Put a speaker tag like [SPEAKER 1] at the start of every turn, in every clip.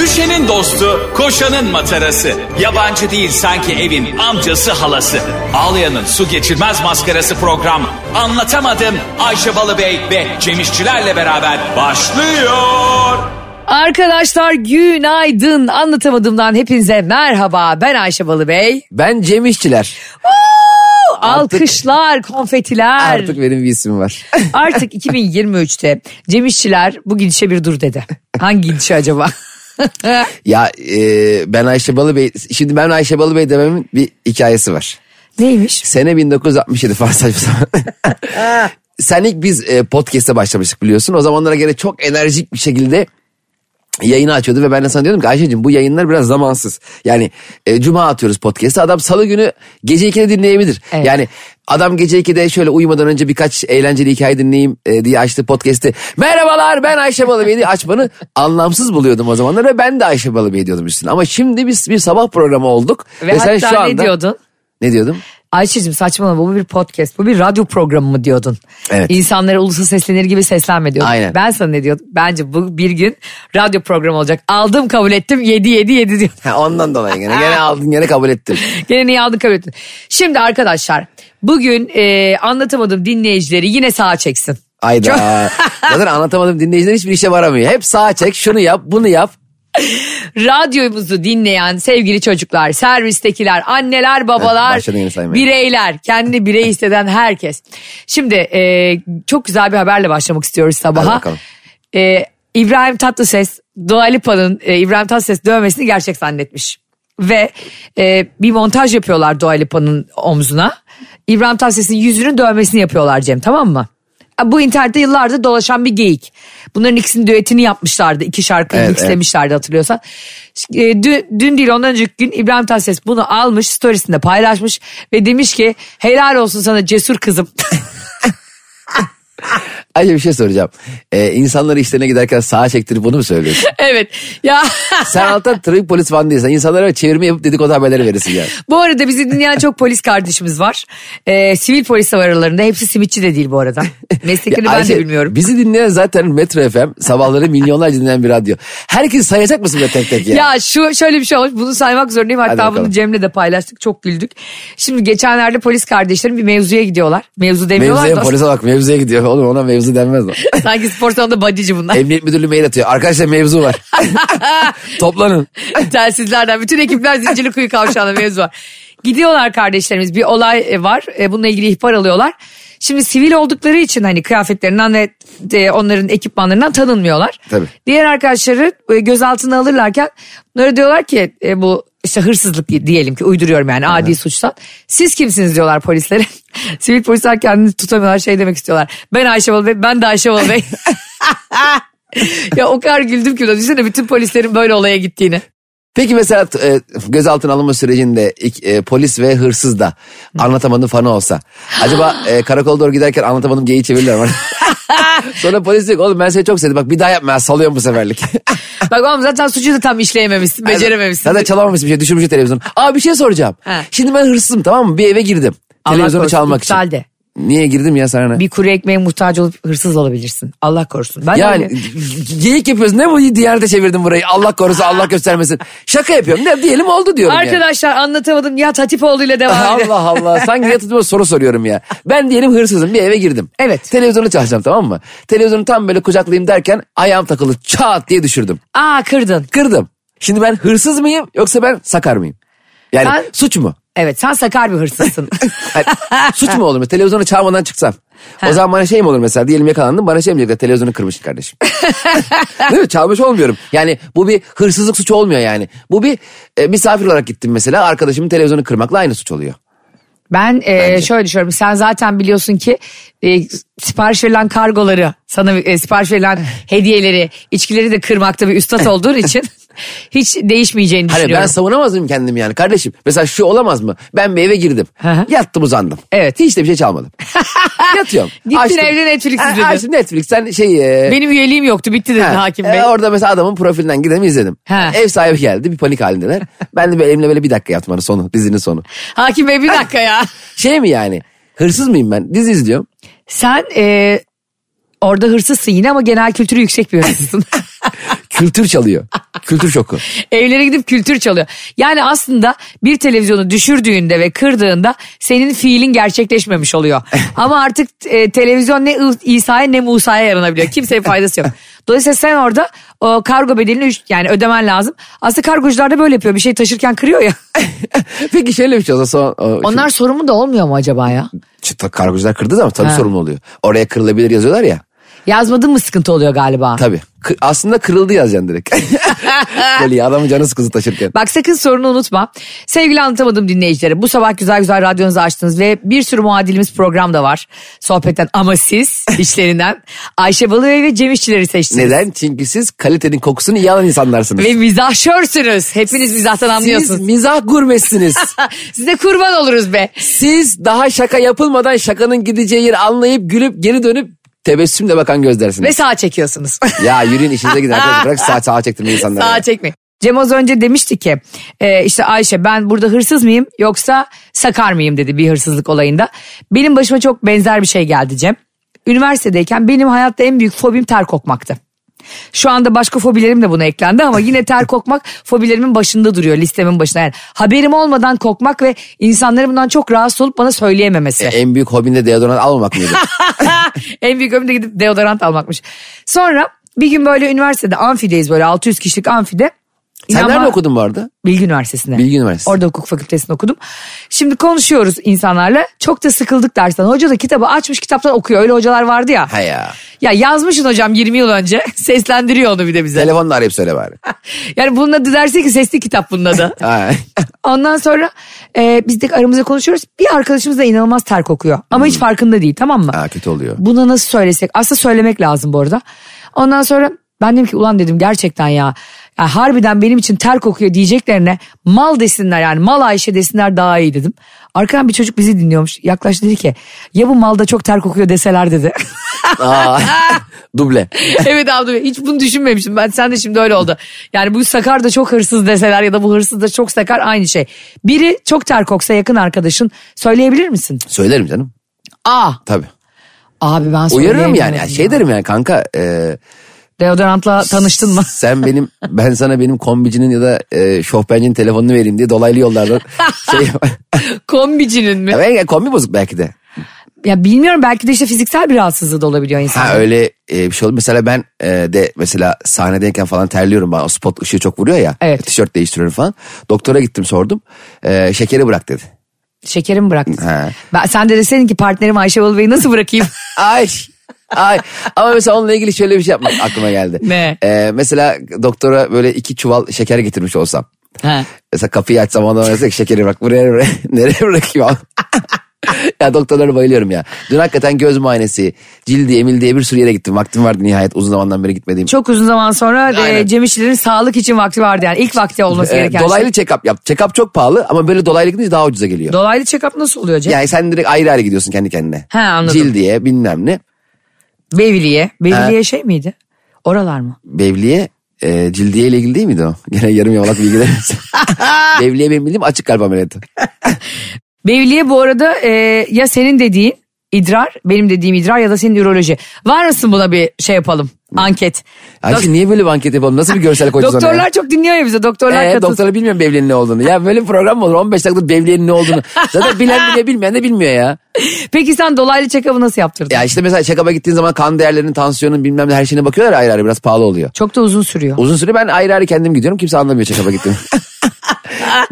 [SPEAKER 1] Ayşe'nin dostu, koşanın matarası. Yabancı değil sanki evin amcası halası. Ağlayan'ın su geçirmez maskarası program. Anlatamadım Ayşe Balıbey ve Cemişçilerle beraber başlıyor.
[SPEAKER 2] Arkadaşlar günaydın. Anlatamadığımdan hepinize merhaba. Ben Ayşe Balıbey.
[SPEAKER 3] Ben Cem İşçiler.
[SPEAKER 2] Oo, Alkışlar, konfetiler.
[SPEAKER 3] Artık
[SPEAKER 2] Artık,
[SPEAKER 3] benim bir isim var.
[SPEAKER 2] 2023'te Cem İşçiler bu gidişe bir dur dedi. Hangi gidişe acaba?
[SPEAKER 3] ya e, ben Ayşe Balıbey, şimdi ben Ayşe Balıbey dememin bir hikayesi var.
[SPEAKER 2] Neymiş?
[SPEAKER 3] Sene 1967 falan saçma sapan. Sen ilk biz e, podcast'e başlamıştık biliyorsun. O zamanlara göre çok enerjik bir şekilde yayını açıyordu ve ben de sana diyordum ki Ayşe'cim bu yayınlar biraz zamansız. Yani e, cuma atıyoruz podcast'ı adam salı günü gece 2'de dinleyebilir.
[SPEAKER 2] Evet.
[SPEAKER 3] Yani adam gece 2'de şöyle uyumadan önce birkaç eğlenceli hikaye dinleyeyim e, diye açtı podcast'i. Merhabalar ben Ayşe Balıbey diye açmanı anlamsız buluyordum o zamanlar ve ben de Ayşe Balıbey diyordum üstüne. Ama şimdi biz bir sabah programı olduk.
[SPEAKER 2] Ve, hatta ne diyordun?
[SPEAKER 3] Ne diyordum?
[SPEAKER 2] Ayşe'cim saçmalama bu bir podcast, bu bir radyo programı mı diyordun?
[SPEAKER 3] Evet.
[SPEAKER 2] İnsanlara ulusa seslenir gibi seslenme diyordun.
[SPEAKER 3] Aynen.
[SPEAKER 2] Ben sana ne diyordum? Bence bu bir gün radyo programı olacak. Aldım kabul ettim 7 7 7 diyordum.
[SPEAKER 3] Ha, ondan dolayı gene, gene aldın gene kabul ettin.
[SPEAKER 2] Gene niye aldın kabul ettin. Şimdi arkadaşlar bugün e, anlatamadım dinleyicileri yine sağa çeksin.
[SPEAKER 3] Ayda. Zaten anlatamadım dinleyiciler hiçbir işe varamıyor. Hep sağa çek şunu yap bunu yap.
[SPEAKER 2] Radyomuzu dinleyen sevgili çocuklar, servistekiler, anneler, babalar,
[SPEAKER 3] başladın yine saymaya.
[SPEAKER 2] bireyler, kendini birey hisseden herkes. Şimdi e, çok güzel bir haberle başlamak istiyoruz
[SPEAKER 3] Hadi
[SPEAKER 2] sabaha.
[SPEAKER 3] bakalım.
[SPEAKER 2] E, İbrahim Tatlıses, Dua Lipa'nın e, İbrahim Tatlıses dövmesini gerçek zannetmiş. Ve e, bir montaj yapıyorlar Dua Lipa'nın omzuna. İbrahim Tatlıses'in yüzünün dövmesini yapıyorlar Cem tamam mı? Bu internette yıllardır dolaşan bir geyik. Bunların ikisinin düetini yapmışlardı. iki şarkıyı
[SPEAKER 3] Evet,
[SPEAKER 2] mixlemişlerdi hatırlıyorsan. E, dün, dün değil ondan önceki gün İbrahim Tatlıses bunu almış storiesinde paylaşmış. Ve demiş ki helal olsun sana cesur kızım.
[SPEAKER 3] Ayrıca bir şey soracağım. Ee, insanları işlerine giderken sağa çektirip bunu mu söylüyorsun?
[SPEAKER 2] evet ya
[SPEAKER 3] Sen alttan trafik polis falan değilsen insanlara böyle çevirme yapıp dedikodu haberleri verirsin yani.
[SPEAKER 2] Bu arada bizi dinleyen çok polis kardeşimiz var. Ee, sivil polis var aralarında. Hepsi simitçi de değil bu arada. Meslekleri
[SPEAKER 3] Ya
[SPEAKER 2] ben
[SPEAKER 3] Ayşe,
[SPEAKER 2] de bilmiyorum.
[SPEAKER 3] Bizi dinleyen zaten Metro FM sabahları milyonlarca dinleyen bir radyo. Herkes sayacak mısın böyle tek tek ya?
[SPEAKER 2] Ya şu şöyle bir şey olmuş. Bunu saymak zorundayım. Hatta
[SPEAKER 3] bakalım.
[SPEAKER 2] bunu Cem'le de paylaştık. Çok güldük. Şimdi geçenlerde polis kardeşlerim bir mevzuya gidiyorlar. Mevzu demiyorlar
[SPEAKER 3] Mevzuya
[SPEAKER 2] da.
[SPEAKER 3] polise bak mevzuya gidiyor. Oğlum ona mevzu denmez mi?
[SPEAKER 2] Sanki spor salonunda bodyci bunlar.
[SPEAKER 3] Emniyet müdürlüğü mail atıyor. Arkadaşlar mevzu var. Toplanın.
[SPEAKER 2] Telsizlerden bütün ekipler zincirli kuyu kavşağında mevzu var. Gidiyorlar kardeşlerimiz bir olay e, var E, bununla ilgili ihbar alıyorlar. Şimdi sivil oldukları için hani kıyafetlerinden ve e, onların ekipmanlarından tanınmıyorlar.
[SPEAKER 3] Tabii.
[SPEAKER 2] Diğer arkadaşları e, gözaltına alırlarken bunlara diyorlar ki e, bu işte hırsızlık di- diyelim ki uyduruyorum yani adi suçtan. Siz kimsiniz diyorlar polislere. sivil polisler kendini tutamıyorlar şey demek istiyorlar. Ben Ayşe Balı Bey ben de Ayşe Balı Bey. ya o kadar güldüm ki. Düşünsene bütün polislerin böyle olaya gittiğini.
[SPEAKER 3] Peki mesela e, gözaltına alınma sürecinde ilk, e, polis ve hırsız da anlatamadım fanı olsa. Acaba e, karakola doğru giderken anlatamadım geyi çevirirler mi? Sonra polis diyor ki, oğlum ben seni çok sevdim bak bir daha yapma ya, salıyorum bu seferlik.
[SPEAKER 2] Bak oğlum zaten suçu da tam işleyememişsin, Ah, becerememişsin.
[SPEAKER 3] Zaten çalamamışsın bir şey düşürmüşsün televizyonu. Aa bir şey soracağım.
[SPEAKER 2] He.
[SPEAKER 3] Şimdi ben hırsızım tamam mı bir eve girdim.
[SPEAKER 2] Allah
[SPEAKER 3] Televizyonu
[SPEAKER 2] korusun,
[SPEAKER 3] çalmak için.
[SPEAKER 2] iptal de.
[SPEAKER 3] Niye girdim ya sana ne?
[SPEAKER 2] Bir kuru ekmeğe muhtaç olup hırsız olabilirsin. Allah korusun. Ben
[SPEAKER 3] Yani
[SPEAKER 2] öyle-
[SPEAKER 3] geyik yapıyoruz. Ne bu diğerde çevirdim burayı. Allah korusun Allah göstermesin. Şaka yapıyorum. Ne diyelim oldu diyorum yani.
[SPEAKER 2] Arkadaşlar anlatamadım. Nihat Hatipoğlu ile devam edelim.
[SPEAKER 3] Allah Allah. Sanki yatıp soru soruyorum ya. Ben diyelim hırsızım bir eve girdim.
[SPEAKER 2] Evet.
[SPEAKER 3] Televizyonu çalacağım tamam mı? Televizyonu tam böyle kucaklayayım derken ayağım takılı çat diye düşürdüm.
[SPEAKER 2] Aa kırdın.
[SPEAKER 3] Kırdım. Şimdi ben hırsız mıyım yoksa ben sakar mıyım? Yani
[SPEAKER 2] Ben-
[SPEAKER 3] suç mu?
[SPEAKER 2] Evet sen sakar bir hırsızsın.
[SPEAKER 3] Hayır, suç mu olur? mu? Televizyonu çalmadan çıksam. O zaman bana şey mi olur mesela diyelim yakalandım bana şey mi diyecekler televizyonu kırmışsın kardeşim. Değil mi? Çalmış olmuyorum. Yani bu bir hırsızlık suçu olmuyor yani. Bu bir e, misafir olarak gittim mesela arkadaşımın televizyonu kırmakla aynı suç oluyor.
[SPEAKER 2] Ben e, şöyle düşünüyorum. Sen zaten biliyorsun ki e, sipariş verilen kargoları, sana e, sipariş verilen hediyeleri, içkileri de kırmakta bir üstad olduğun için hiç değişmeyeceğini
[SPEAKER 3] Hani
[SPEAKER 2] düşünüyorum.
[SPEAKER 3] ben savunamaz mıyım kendimi yani kardeşim? Mesela şu olamaz mı? Ben bir eve girdim.
[SPEAKER 2] hı.
[SPEAKER 3] Yattım uzandım.
[SPEAKER 2] Evet.
[SPEAKER 3] Hiç de bir şey çalmadım. Yatıyorum.
[SPEAKER 2] Gittin evde Netflix
[SPEAKER 3] Ha,
[SPEAKER 2] izledin.
[SPEAKER 3] Açtım Netflix. Sen şey... e,
[SPEAKER 2] Benim üyeliğim yoktu bitti dedi
[SPEAKER 3] ha,
[SPEAKER 2] hakim
[SPEAKER 3] e,
[SPEAKER 2] bey.
[SPEAKER 3] orada mesela adamın profilinden gidemi izledim.
[SPEAKER 2] Ha.
[SPEAKER 3] Ev sahibi geldi bir panik halindeler. ben de böyle elimle böyle bir dakika yatmanın sonu dizinin sonu.
[SPEAKER 2] Hakim bey bir dakika ya.
[SPEAKER 3] Şey mi yani hırsız mıyım ben dizi izliyorum.
[SPEAKER 2] Sen e, orada hırsızsın yine ama genel kültürü yüksek bir hırsızsın.
[SPEAKER 3] Kültür çalıyor. Kültür şoku.
[SPEAKER 2] Evlere gidip kültür çalıyor. Yani aslında bir televizyonu düşürdüğünde ve kırdığında senin fiilin gerçekleşmemiş oluyor. Ama artık e, televizyon ne İ- İsa'ya ne Musa'ya yaranabiliyor. Kimseye faydası yok. Dolayısıyla sen orada o kargo bedelini üç- yani ödemen lazım. Aslında kargocular da böyle yapıyor. Bir şey taşırken kırıyor ya.
[SPEAKER 3] Peki şöyle bir şey olsa son, o- şu-
[SPEAKER 2] Onlar sorumlu da olmuyor mu acaba ya?
[SPEAKER 3] Çıta- kargocular kırdığı zaman tabii
[SPEAKER 2] Ha.
[SPEAKER 3] sorumlu oluyor. Oraya kırılabilir yazıyorlar ya.
[SPEAKER 2] Yazmadın mı sıkıntı oluyor galiba?
[SPEAKER 3] Tabii. Kı- aslında kırıldı yazacaksın direkt. Böyle ya, adamın canı sıkıntı taşırken.
[SPEAKER 2] Bak sakın sorunu unutma. Sevgili anlatamadım dinleyicilere. Bu sabah güzel güzel radyonuzu açtınız ve bir sürü muadilimiz programda var. Sohbetten ama siz işlerinden Ayşe Balıbey ve Cem İşçileri seçtiniz.
[SPEAKER 3] Neden? Çünkü siz kalitenin kokusunu iyi alan insanlarsınız.
[SPEAKER 2] Ve mizahşörsünüz. Hepiniz mizahtan
[SPEAKER 3] Siz
[SPEAKER 2] anlıyorsunuz.
[SPEAKER 3] mizah gurmesiniz.
[SPEAKER 2] Size kurban oluruz be.
[SPEAKER 3] siz daha şaka yapılmadan şakanın gideceği yeri anlayıp gülüp geri dönüp tebessümle bakan gözlersiniz.
[SPEAKER 2] Ve sağ çekiyorsunuz.
[SPEAKER 3] ya yürüyün işinize gidin arkadaşlar. Bırak sağa sağa çektirmeyi insanlara.
[SPEAKER 2] Sağa çekmeyin. Cem az önce demişti ki e, işte Ayşe ben burada hırsız mıyım yoksa sakar mıyım dedi bir hırsızlık olayında. Benim başıma çok benzer bir şey geldi Cem. Üniversitedeyken benim hayatta en büyük fobim ter kokmaktı. Şu anda başka fobilerim de buna eklendi ama yine ter kokmak fobilerimin başında duruyor listemin başında. Yani haberim olmadan kokmak ve insanların bundan çok rahatsız olup bana söyleyememesi.
[SPEAKER 3] En büyük hobinde deodorant almamak mıydı?
[SPEAKER 2] en büyük ömrüm de gidip deodorant almakmış. Sonra bir gün böyle üniversitede amfideyiz böyle 600 kişilik amfide.
[SPEAKER 3] Sen
[SPEAKER 2] İnanma-
[SPEAKER 3] nerede okudun bu arada?
[SPEAKER 2] Bilgi Üniversitesi'nde.
[SPEAKER 3] Bilgi Üniversitesi.
[SPEAKER 2] Orada hukuk fakültesinde okudum. Şimdi konuşuyoruz insanlarla. Çok da sıkıldık dersten. Hoca da kitabı açmış kitaptan okuyor. Öyle hocalar vardı ya.
[SPEAKER 3] Ha ya.
[SPEAKER 2] Ya yazmışsın hocam 20 yıl önce. Seslendiriyor onu bir de bize.
[SPEAKER 3] Telefonla arayıp söyle bari.
[SPEAKER 2] Yani bunun adı derse ki sesli kitap bunun adı.
[SPEAKER 3] Ha.
[SPEAKER 2] Ondan sonra e, biz de aramızda konuşuyoruz. Bir arkadaşımız da inanılmaz ter kokuyor. Ama hiç farkında değil tamam mı?
[SPEAKER 3] Hmm. ha, kötü oluyor.
[SPEAKER 2] Buna nasıl söylesek? Aslında söylemek lazım bu arada. Ondan sonra ben dedim ki ulan dedim gerçekten ya. ya harbiden benim için ter kokuyor diyeceklerine mal desinler yani mal Ayşe desinler daha iyi dedim. Arkadan bir çocuk bizi dinliyormuş. Yaklaştı dedi ki ya bu malda çok ter kokuyor deseler dedi.
[SPEAKER 3] Aa, duble.
[SPEAKER 2] evet abi hiç bunu düşünmemiştim ben sen de şimdi öyle oldu. Yani bu sakar da çok hırsız deseler ya da bu hırsız da çok sakar aynı şey. Biri çok ter koksa yakın arkadaşın söyleyebilir misin?
[SPEAKER 3] Söylerim canım.
[SPEAKER 2] Aa
[SPEAKER 3] Tabii.
[SPEAKER 2] abi ben
[SPEAKER 3] Uyarırım yani.
[SPEAKER 2] söyleyemiyorum
[SPEAKER 3] Şey
[SPEAKER 2] ya.
[SPEAKER 3] derim yani kanka. e,
[SPEAKER 2] Deodorantla tanıştın mı?
[SPEAKER 3] sen benim ben sana benim kombicinin ya da e, şofbencinin telefonunu vereyim diye dolaylı yollardan şey
[SPEAKER 2] Kombicinin mi?
[SPEAKER 3] Ya ben- kombi bozuk belki de.
[SPEAKER 2] Ya bilmiyorum belki de işte fiziksel bir rahatsızlığı da olabiliyor insan.
[SPEAKER 3] Ha öyle e, bir şey oldu. Mesela ben e, de mesela sahnedeyken falan terliyorum. Bana, o spot ışığı çok vuruyor ya. E,
[SPEAKER 2] Evet.
[SPEAKER 3] Tişört değiştiriyorum falan. Doktora gittim sordum. E, şekeri bırak dedi.
[SPEAKER 2] Şekerim bıraktı.
[SPEAKER 3] Ha.
[SPEAKER 2] Ben, sen de deseydin ki partnerim Ayşe Balıbey'i nasıl bırakayım?
[SPEAKER 3] Ay. Ay. Ama mesela onunla ilgili şöyle bir şey yapmak aklıma geldi.
[SPEAKER 2] Ne?
[SPEAKER 3] E, mesela doktora böyle iki çuval şeker getirmiş olsam.
[SPEAKER 2] Ha.
[SPEAKER 3] Mesela kapıyı açsam ondan mesela şekeri bırak buraya buraya nereye bırakayım abi? ya doktorlara bayılıyorum ya. Dün hakikaten göz muayenesi, cildi, emil diye bir sürü yere gittim. Vaktim vardı nihayet uzun zamandan beri gitmediğim.
[SPEAKER 2] Çok uzun zaman sonra
[SPEAKER 3] Aynen.
[SPEAKER 2] e, Cem İşçilerin sağlık için vakti vardı yani. ilk vakti olması
[SPEAKER 3] Ee,
[SPEAKER 2] gereken
[SPEAKER 3] dolaylı
[SPEAKER 2] şey.
[SPEAKER 3] check-up yap. Check-up çok pahalı ama böyle dolaylı gidince daha ucuza geliyor.
[SPEAKER 2] Dolaylı check-up nasıl oluyor Cem?
[SPEAKER 3] yani sen direkt ayrı ayrı gidiyorsun kendi kendine.
[SPEAKER 2] He, anladım.
[SPEAKER 3] Cildiye bilmem ne.
[SPEAKER 2] Bevliye. Bevliye şey miydi? Oralar mı?
[SPEAKER 3] Bevliye e, cildiye ile ilgili değil miydi o? Gene yarım yamalak bilgiler. Bevliye benim bildiğim açık kalp ameliyatı.
[SPEAKER 2] Bevliye bu arada e, ya senin dediğin idrar, benim dediğim idrar ya da senin üroloji. Var mısın buna bir şey yapalım? Anket. Dok-
[SPEAKER 3] Ayşe niye böyle bir anket yapalım? Nasıl bir görsel koyacağız ona ya?
[SPEAKER 2] doktorlar çok dinliyor ya bize. Doktorlar
[SPEAKER 3] Ee,
[SPEAKER 2] katılsın.
[SPEAKER 3] doktora bilmiyorum Bevliye'nin ne olduğunu. Ya böyle bir program mı olur? 15 dakikada Bevliye'nin ne olduğunu. Zaten bilen bile bilmeyen de bilmiyor ya.
[SPEAKER 2] Peki sen dolaylı check-up'ı nasıl yaptırdın?
[SPEAKER 3] Ya işte mesela check-up'a gittiğin zaman kan değerlerinin, tansiyonun bilmem ne her şeyine bakıyorlar ya ayrı ayrı biraz pahalı oluyor.
[SPEAKER 2] Çok da uzun sürüyor.
[SPEAKER 3] Uzun süre ben ayrı ayrı kendim gidiyorum. Kimse anlamıyor check-up'a gittiğimi.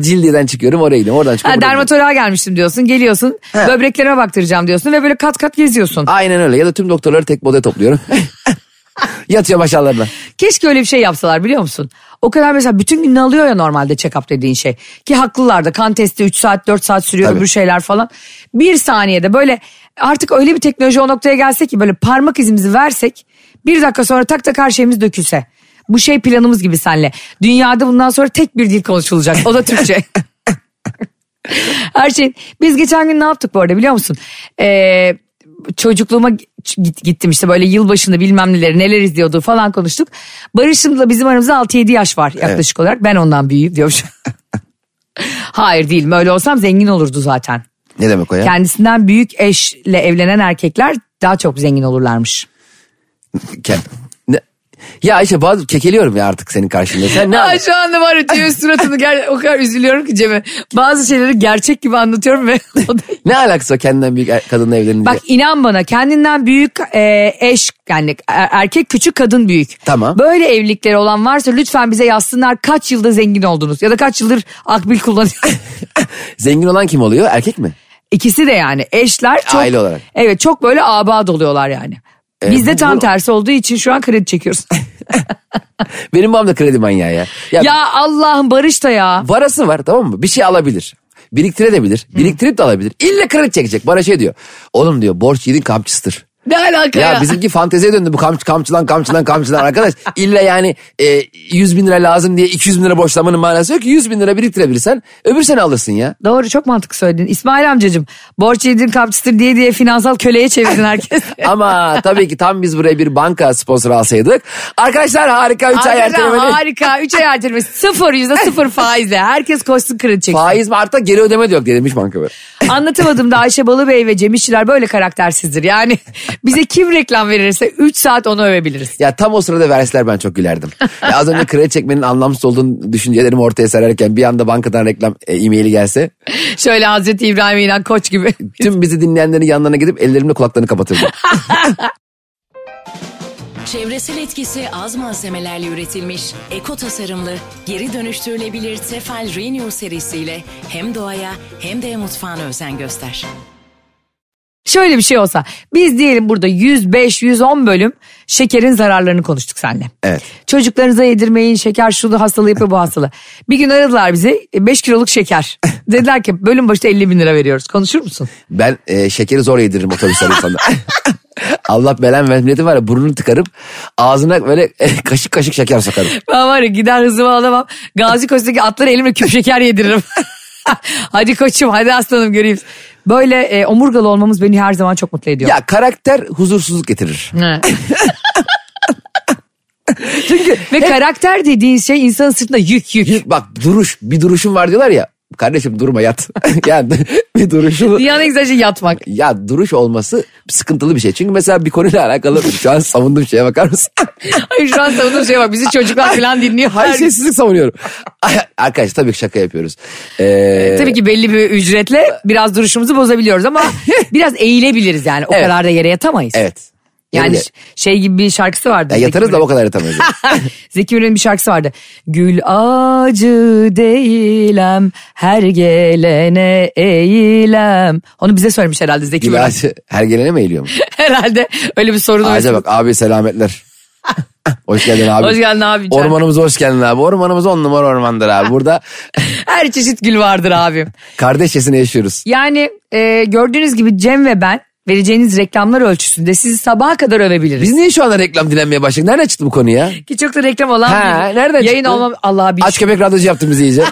[SPEAKER 3] Cildiyeden çıkıyorum oraya gidiyorum. Oradan çıkıyorum.
[SPEAKER 2] Ha,
[SPEAKER 3] buraya gidiyorum.
[SPEAKER 2] dermatoloğa gelmiştim diyorsun geliyorsun böbreklerime baktıracağım diyorsun ve böyle kat kat geziyorsun.
[SPEAKER 3] Aynen öyle. Ya da tüm doktorları tek modaya topluyorum. Yatıyor aşağılarına.
[SPEAKER 2] Keşke öyle bir şey yapsalar biliyor musun? O kadar mesela bütün gününü alıyor ya normalde check-up dediğin şey. Ki haklılar da kan testi 3 saat 4 saat sürüyor
[SPEAKER 3] Tabii.
[SPEAKER 2] öbür şeyler falan. Bir saniyede böyle artık öyle bir teknoloji o noktaya gelse ki böyle parmak izimizi versek bir dakika sonra tak tak her şeyimiz dökülse. Bu şey planımız gibi senle. Dünyada bundan sonra tek bir dil konuşulacak o da Türkçe. Her şey. Biz geçen gün ne yaptık bu arada biliyor musun? Ee, çocukluğuma git- gittim işte böyle yılbaşında bilmem neleri neler izliyordu falan konuştuk. Barış'ımla bizim aramızda 6-7 yaş var yaklaşık olarak. Ben ondan büyüğüm diyormuş. Hayır değilim öyle olsam zengin olurdu zaten.
[SPEAKER 3] Ne demek o ya?
[SPEAKER 2] Kendisinden büyük eşle evlenen erkekler daha çok zengin olurlarmış.
[SPEAKER 3] Ken- Ne? Ya Ayşe bazı kekeliyorum ya artık senin karşında. Sen ne
[SPEAKER 2] Aa, şu anda var ya Cem'in suratını ger- o kadar üzülüyorum ki Cem'e. Bazı şeyleri gerçek gibi anlatıyorum ve o da-
[SPEAKER 3] ne alakası var kendinden büyük er- kadınla evlenince?
[SPEAKER 2] Bak inan bana kendinden büyük e, eş yani er- erkek küçük kadın büyük.
[SPEAKER 3] Tamam.
[SPEAKER 2] Böyle evlilikleri olan varsa lütfen bize yazsınlar kaç yılda zengin oldunuz ya da kaç yıldır akbil kullanıyorsunuz.
[SPEAKER 3] Zengin olan kim oluyor? Erkek mi?
[SPEAKER 2] İkisi de yani eşler çok.
[SPEAKER 3] Aile olarak. E,
[SPEAKER 2] Evet çok böyle abad oluyorlar yani. Bizde
[SPEAKER 3] bu-
[SPEAKER 2] tam
[SPEAKER 3] bu-
[SPEAKER 2] tersi olduğu için şu an kredi çekiyoruz.
[SPEAKER 3] Benim babam da kredi manyağı ya. Ya,
[SPEAKER 2] ya Allah'ım Barış da ya.
[SPEAKER 3] varası var tamam mı? Bir şey alabilir. Biriktirebilir. Biriktirip de alabilir. İlle kredi çekecek. Bana şey diyor. Oğlum diyor borç yiğidin kamçısıdır.
[SPEAKER 2] Ne alaka ya?
[SPEAKER 3] Ya bizimki fanteziye döndü bu kamçı, kamçılan kamçılan kamçılan arkadaş. İlla yani e, 100 bin lira lazım diye 200 bin lira borçlanmanın manası yok ki 100 bin lira biriktirebilirsen öbür sene alırsın ya.
[SPEAKER 2] Doğru çok mantıklı söyledin. İsmail amcacığım borç yediğin kapçıdır diye diye finansal köleye çevirdin herkes.
[SPEAKER 3] Ama tabii ki tam biz buraya bir banka sponsoru alsaydık. Arkadaşlar harika 3 ay
[SPEAKER 2] Arkadaşlar
[SPEAKER 3] ertelemeli.
[SPEAKER 2] harika. 3 ay ertelemesi. Sıfır yüzde sıfır faizle. Herkes koşsun kredi çeksin.
[SPEAKER 3] Faiz mi artar geri ödeme de yok demiş banka böyle.
[SPEAKER 2] Anlatamadığımda Ayşe Balıbey ve Cem İşçiler böyle karaktersizdir. Yani bize kim reklam verirse 3 saat onu övebiliriz.
[SPEAKER 3] Ya tam o sırada verseler ben çok gülerdim. Ya az önce kredi çekmenin anlamsız olduğunu düşüncelerimi ortaya sererken bir anda bankadan reklam e, e-maili gelse
[SPEAKER 2] Şöyle Hazreti İbrahim İnan Koç gibi.
[SPEAKER 3] tüm bizi dinleyenlerin yanlarına gidip ellerimle kulaklarını kapatırdım.
[SPEAKER 4] Çevresel etkisi az malzemelerle üretilmiş, eko tasarımlı, geri dönüştürülebilir Tefal Renew serisiyle hem doğaya hem de mutfağına özen göster.
[SPEAKER 2] Şöyle bir şey olsa biz diyelim burada 105-110 bölüm şekerin zararlarını konuştuk seninle.
[SPEAKER 3] Evet.
[SPEAKER 2] Çocuklarınıza yedirmeyin şeker şunu hastalığı yapıyor bu hastalığı. Bir gün aradılar bizi 5 kiloluk şeker. Dediler ki bölüm başına 50 bin lira veriyoruz konuşur musun?
[SPEAKER 3] Ben e, şekeri zor yediririm otobüsten insana. Allah belen versin. Milletin var ya burnunu tıkarıp ağzına böyle e, kaşık kaşık şeker sokarım.
[SPEAKER 2] Ben var ya gider hızımı alamam. Gazi Koç'taki atlara elimle küp şeker yediririm. hadi koçum hadi aslanım göreyim. Böyle e, omurgalı olmamız beni her zaman çok mutlu ediyor.
[SPEAKER 3] Ya karakter huzursuzluk getirir.
[SPEAKER 2] He. Ve karakter dediğin şey insanın sırtında yük yük.
[SPEAKER 3] Bir- Bak duruş bir duruşun var diyorlar ya. Kardeşim durma yat. ya bir duruşun
[SPEAKER 2] Dünyanın en güzel şeyi yatmak.
[SPEAKER 3] ya duruş olması sıkıntılı bir şey. Çünkü mesela bir konuyla alakalı şu an savunduğum şeye bakar mısın?
[SPEAKER 2] Hayır şu an savunduğum şey bak bizi çocuklar falan dinliyor.
[SPEAKER 3] Hayır sessizlik savunuyorum. Ay, Arkadaş tabii ki şaka yapıyoruz. Ee,
[SPEAKER 2] Tabii ki belli bir ücretle biraz duruşumuzu bozabiliyoruz ama biraz eğilebiliriz yani. O
[SPEAKER 3] Evet.
[SPEAKER 2] kadar da yere yatamayız.
[SPEAKER 3] Evet.
[SPEAKER 2] Yani
[SPEAKER 3] Öyle.
[SPEAKER 2] ş- şey gibi bir şarkısı vardı.
[SPEAKER 3] Ya
[SPEAKER 2] Zeki
[SPEAKER 3] yatarız da
[SPEAKER 2] Müren'in.
[SPEAKER 3] o kadar yatamayız.
[SPEAKER 2] Zeki Müren'in bir şarkısı vardı. Gül ağacı değilem her gelene eğilem. Onu bize söylemiş herhalde Zeki
[SPEAKER 3] Gül
[SPEAKER 2] Müren.
[SPEAKER 3] ağacı her gelene mi eğiliyor mu?
[SPEAKER 2] herhalde öyle bir sorun
[SPEAKER 3] Ağaca
[SPEAKER 2] olmuş.
[SPEAKER 3] bak abi selametler. hoş geldin abi.
[SPEAKER 2] Hoş geldin abi.
[SPEAKER 3] Ormanımıza hoş geldin abi. Ormanımız on numara ormandır abi. Burada
[SPEAKER 2] Her çeşit gül vardır abim.
[SPEAKER 3] kardeşçesine yaşıyoruz.
[SPEAKER 2] Yani e, gördüğünüz gibi Cem ve ben vereceğiniz reklamlar ölçüsünde sizi sabaha kadar övebiliriz.
[SPEAKER 3] Biz niye şu anda reklam dinlenmeye başladık? Nereden çıktı bu konu ya?
[SPEAKER 2] Ki çok da reklam olan
[SPEAKER 3] Ha,
[SPEAKER 2] bir
[SPEAKER 3] nereden
[SPEAKER 2] yayın
[SPEAKER 3] çıktı?
[SPEAKER 2] olmam Allah'a bir şey.
[SPEAKER 3] Aç köpek radyocu yaptın bizi iyice.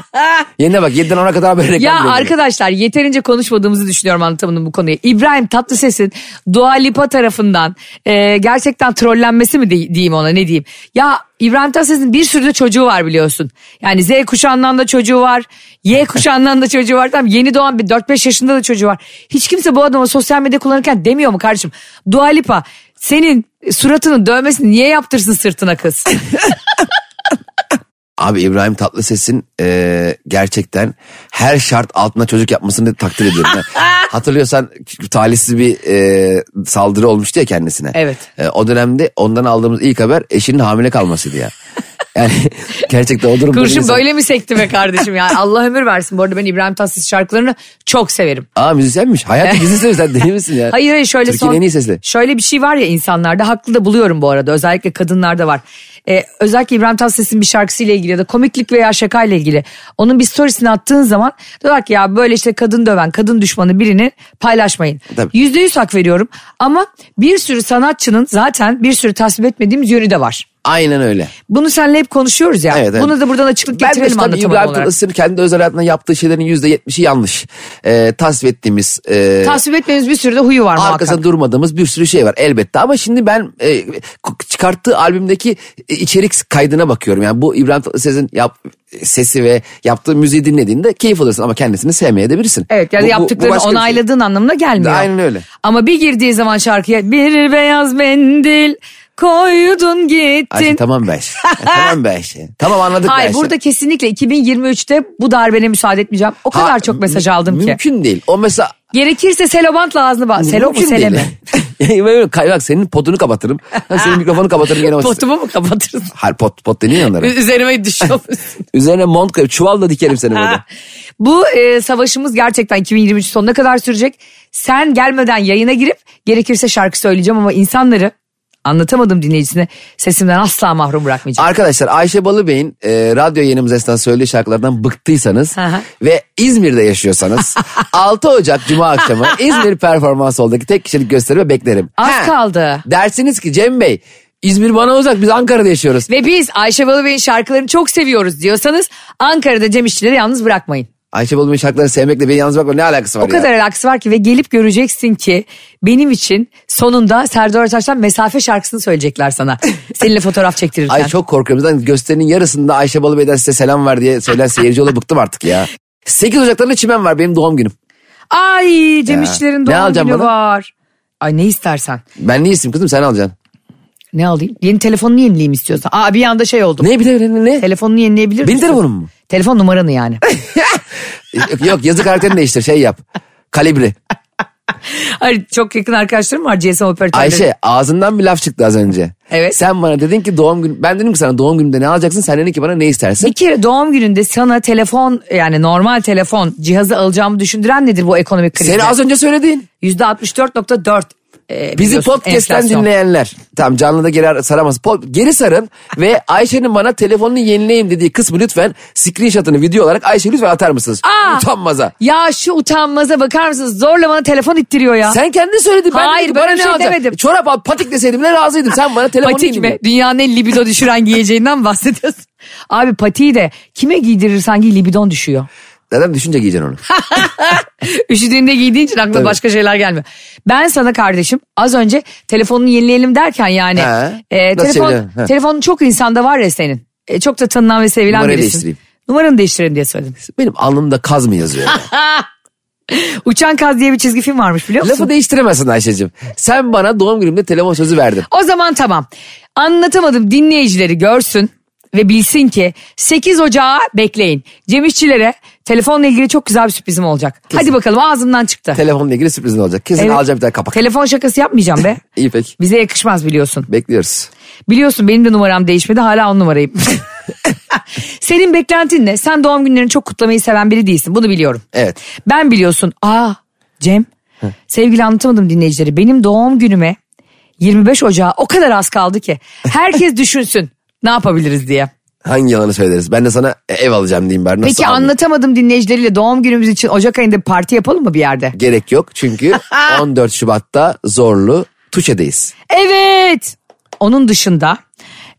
[SPEAKER 3] Yenine bak 7'den 10'a kadar böyle reklam
[SPEAKER 2] Ya
[SPEAKER 3] dinledim.
[SPEAKER 2] arkadaşlar yeterince konuşmadığımızı düşünüyorum anlatamadım bu konuyu. İbrahim Tatlıses'in Dua Lipa tarafından e, gerçekten trollenmesi mi de- diyeyim ona ne diyeyim. Ya İbrahim Tatlıses'in bir sürü de çocuğu var biliyorsun. Yani Z kuşağından da çocuğu var. Y kuşağından da çocuğu var. Tam yeni doğan bir 4-5 yaşında da çocuğu var. Hiç kimse bu adama sosyal medya kullanırken demiyor mu kardeşim? Dua Lipa senin suratının dövmesini niye yaptırsın sırtına kız?
[SPEAKER 3] Abi İbrahim Tatlıses'in e, gerçekten her şart altında çocuk yapmasını takdir ediyorum. Ben- Hatırlıyorsan talihsiz bir e, saldırı olmuştu ya kendisine.
[SPEAKER 2] Evet.
[SPEAKER 3] E, o dönemde ondan aldığımız ilk haber eşinin hamile kalmasıydı ya. Yani gerçekten o durum.
[SPEAKER 2] Kurşun
[SPEAKER 3] insan-
[SPEAKER 2] böyle mi sekti be kardeşim ya? Allah ömür versin. Bu arada ben İbrahim Tatlıses şarkılarını çok severim.
[SPEAKER 3] Aa müzisyenmiş. Hayat bizi seviyor sen deli misin ya?
[SPEAKER 2] Hayır hayır şöyle
[SPEAKER 3] Türkiye'nin en iyi sesli.
[SPEAKER 2] Şöyle bir şey var ya insanlarda haklı da buluyorum bu arada özellikle kadınlarda var. Ee, özellikle İbrahim Tatlıses'in bir şarkısıyla ilgili ya da komiklik veya şakayla ilgili. Onun bir storiesini attığın zaman diyorlar ki ya böyle işte kadın döven, kadın düşmanı birini paylaşmayın.
[SPEAKER 3] Tabii.
[SPEAKER 2] Yüzde yüz hak veriyorum ama bir sürü sanatçının zaten bir sürü tasvip etmediğimiz yönü de var.
[SPEAKER 3] Aynen öyle.
[SPEAKER 2] Bunu seninle hep konuşuyoruz ya.
[SPEAKER 3] Evet, evet.
[SPEAKER 2] Bunu da buradan açıklık
[SPEAKER 3] Ben de
[SPEAKER 2] getirelim
[SPEAKER 3] tabii
[SPEAKER 2] anlatamadım
[SPEAKER 3] İbrahim
[SPEAKER 2] olarak.
[SPEAKER 3] Tatlıses'in kendi özel hayatında yaptığı şeylerin %70'i yanlış. E, tasvip ettiğimiz... e,
[SPEAKER 2] Tasvip etmediğimiz bir sürü de huyu var muhakkak.
[SPEAKER 3] arkasında durmadığımız bir sürü şey var elbette ama şimdi ben e, k- çıkarttığı albümdeki e, içerik kaydına bakıyorum. Yani bu İbrahim Tatlıses'in yap, sesi ve yaptığı müziği dinlediğinde keyif alırsın ama kendisini sevmeyebilirsin.
[SPEAKER 2] Evet yani
[SPEAKER 3] Bu- bu- bu
[SPEAKER 2] yaptıklarını
[SPEAKER 3] başka bir şey.
[SPEAKER 2] onayladığın anlamına gelmiyor.
[SPEAKER 3] Aynen öyle.
[SPEAKER 2] Ama bir girdiği zaman şarkıya bir beyaz mendil koydun gittin.
[SPEAKER 3] Ayşe tamam be Ayşe. tamam be Ayşe. Tamam anladık be
[SPEAKER 2] Hayır
[SPEAKER 3] Ayşe.
[SPEAKER 2] burada kesinlikle 2023'te bu darbene müsaade etmeyeceğim. O kadar
[SPEAKER 3] Ha,
[SPEAKER 2] çok mesaj aldım
[SPEAKER 3] mü-
[SPEAKER 2] ki.
[SPEAKER 3] Mümkün değil. O mesela
[SPEAKER 2] Gerekirse selobantla ağzını bağ. Selo mu
[SPEAKER 3] Hani mümkün
[SPEAKER 2] sele
[SPEAKER 3] değil.
[SPEAKER 2] mi?
[SPEAKER 3] Yani böyle kay- bak senin potunu kapatırım. Ben senin mikrofonu kapatırım gene basarım.
[SPEAKER 2] Potumu mu kapatırız?
[SPEAKER 3] Hayır pot, pot deniyor ya onlara.
[SPEAKER 2] Üzerime düşüyor.
[SPEAKER 3] Üzerine mont koyup çuvalla dikerim seni
[SPEAKER 2] Ha.
[SPEAKER 3] burada.
[SPEAKER 2] Bu e, savaşımız gerçekten 2023 sonuna kadar sürecek. Sen gelmeden yayına girip gerekirse şarkı söyleyeceğim ama insanları anlatamadım dinleyicisine sesimden asla mahrum bırakmayacağım.
[SPEAKER 3] Arkadaşlar Ayşe Balıbey'in e, radyo yayınımız esnasında söylediği şarkılardan bıktıysanız
[SPEAKER 2] Hı hı.
[SPEAKER 3] ve İzmir'de yaşıyorsanız 6 Ocak Cuma akşamı İzmir Performans Hall'daki tek kişilik gösterime beklerim.
[SPEAKER 2] Az
[SPEAKER 3] Ha,
[SPEAKER 2] kaldı.
[SPEAKER 3] Dersiniz ki Cem Bey İzmir bana uzak biz Ankara'da yaşıyoruz.
[SPEAKER 2] Ve biz Ayşe Balıbey'in şarkılarını çok seviyoruz diyorsanız Ankara'da Cem İşçileri yalnız bırakmayın.
[SPEAKER 3] Ayşe Balıbey'in şarkılarını sevmekle beni yalnız bakma ne alakası var
[SPEAKER 2] O
[SPEAKER 3] ya?
[SPEAKER 2] kadar alakası var ki ve gelip göreceksin ki benim için sonunda Serdar Ortaç'tan mesafe şarkısını söyleyecekler sana. Seninle fotoğraf çektirirken.
[SPEAKER 3] Ay çok korkuyorum. Zaten gösterinin yarısında Ayşe Balıbey'den size selam ver diye söylen seyirci ola bıktım artık ya. 8 Ocak'ta da çimen var benim doğum günüm.
[SPEAKER 2] Ay Cem
[SPEAKER 3] Ya,
[SPEAKER 2] İşçilerin
[SPEAKER 3] ne
[SPEAKER 2] doğum
[SPEAKER 3] alacağım
[SPEAKER 2] günü
[SPEAKER 3] bana?
[SPEAKER 2] var. Ay ne istersen.
[SPEAKER 3] Ben ne isim kızım sen alacaksın.
[SPEAKER 2] Ne alayım? Yeni telefonunu yenileyim istiyorsan. Aa bir anda şey oldu.
[SPEAKER 3] Ne bir de- ne? ne?
[SPEAKER 2] Telefonunu yenileyebilir misin?
[SPEAKER 3] Benim telefonum mu?
[SPEAKER 2] Telefon numaranı yani.
[SPEAKER 3] Yok, Yok yazı karakterini değiştir şey yap. Kalibri.
[SPEAKER 2] Hayır çok yakın arkadaşlarım var GSM operatörleri.
[SPEAKER 3] Ayşe ağzından bir laf çıktı az önce.
[SPEAKER 2] Evet.
[SPEAKER 3] Sen bana dedin ki doğum günü ben dedim ki sana doğum gününde ne alacaksın sen dedin ki bana ne istersin?
[SPEAKER 2] Bir kere doğum gününde sana telefon yani normal telefon cihazı alacağımı düşündüren nedir bu ekonomik krizde?
[SPEAKER 3] Seni az önce söyledin.
[SPEAKER 2] %64.4 e,
[SPEAKER 3] Bizi
[SPEAKER 2] biliyorsun,
[SPEAKER 3] podcast'ten
[SPEAKER 2] enflasyon.
[SPEAKER 3] dinleyenler. Tamam canlı da geri saramaz. Pod- Geri sarın ve Ayşe'nin bana telefonunu yenileyim dediği kısmı lütfen screenshot'ını video olarak Ayşe lütfen atar mısınız?
[SPEAKER 2] Aa!
[SPEAKER 3] Utanmaza.
[SPEAKER 2] Ya şu utanmaza bakar mısınız? Zorla bana telefon ittiriyor ya.
[SPEAKER 3] Sen kendin söyledin. Ben
[SPEAKER 2] Hayır,
[SPEAKER 3] dedim ki bana
[SPEAKER 2] bana
[SPEAKER 3] ne
[SPEAKER 2] şey
[SPEAKER 3] alacaksın?
[SPEAKER 2] demedim.
[SPEAKER 3] Çorap al patik deseydim ne razıydım. Sen bana telefonu
[SPEAKER 2] Patik
[SPEAKER 3] yenile.
[SPEAKER 2] mi? Dünyanın en libido düşüren giyeceğinden bahsediyorsun. Abi patiği de kime giydirirsen giy libidon düşüyor.
[SPEAKER 3] Zaten düşünce giyeceksin onu.
[SPEAKER 2] Üşüdüğünde giydiğin için aklına
[SPEAKER 3] Tabii.
[SPEAKER 2] başka şeyler gelmiyor. Ben sana kardeşim az önce telefonunu yenileyelim derken yani
[SPEAKER 3] He.
[SPEAKER 2] e,
[SPEAKER 3] Nasıl
[SPEAKER 2] telefon,
[SPEAKER 3] yenileyelim? He.
[SPEAKER 2] telefonun çok insanda var ya senin. E, çok da tanınan ve sevilen
[SPEAKER 3] Numarayı
[SPEAKER 2] birisin.
[SPEAKER 3] değiştireyim.
[SPEAKER 2] Numaranı değiştirelim diye söyledim.
[SPEAKER 3] Benim alnımda kaz mı yazıyor? ya?
[SPEAKER 2] Uçan Kaz diye bir çizgi film varmış biliyor musun?
[SPEAKER 3] Lafı değiştiremezsin Ayşe'cim. Sen bana doğum günümde telefon sözü verdin.
[SPEAKER 2] O zaman tamam. Anlatamadım dinleyicileri görsün ve bilsin ki 8 Ocağı bekleyin. Cem İşçilere telefonla ilgili çok güzel bir sürprizim olacak. Hadi bakalım ağzımdan çıktı.
[SPEAKER 3] Telefonla ilgili sürprizin olacak. Kesin
[SPEAKER 2] Evet.
[SPEAKER 3] alacağım bir tane kapak.
[SPEAKER 2] Telefon şakası yapmayacağım be.
[SPEAKER 3] İyi peki.
[SPEAKER 2] Bize yakışmaz biliyorsun.
[SPEAKER 3] Bekliyoruz.
[SPEAKER 2] Biliyorsun benim de numaram değişmedi hala on numarayım. Senin beklentin ne? Sen doğum günlerini çok kutlamayı seven biri değilsin. Bunu biliyorum.
[SPEAKER 3] Evet.
[SPEAKER 2] Ben biliyorsun. Aa Cem. Sevgili anlatamadım dinleyicileri. Benim doğum günüme 25 Ocağı o kadar az kaldı ki. Herkes düşünsün ne yapabiliriz diye.
[SPEAKER 3] Hangi yalanı söyleriz? Ben de sana e, ev alacağım diyeyim bari. Nasıl
[SPEAKER 2] Peki
[SPEAKER 3] almayayım?
[SPEAKER 2] anlatamadım dinleyicileriyle doğum günümüz için Ocak ayında bir parti yapalım mı bir yerde?
[SPEAKER 3] Gerek yok çünkü 14 Şubat'ta Zorlu Tuşe'deyiz.
[SPEAKER 2] Evet. Onun dışında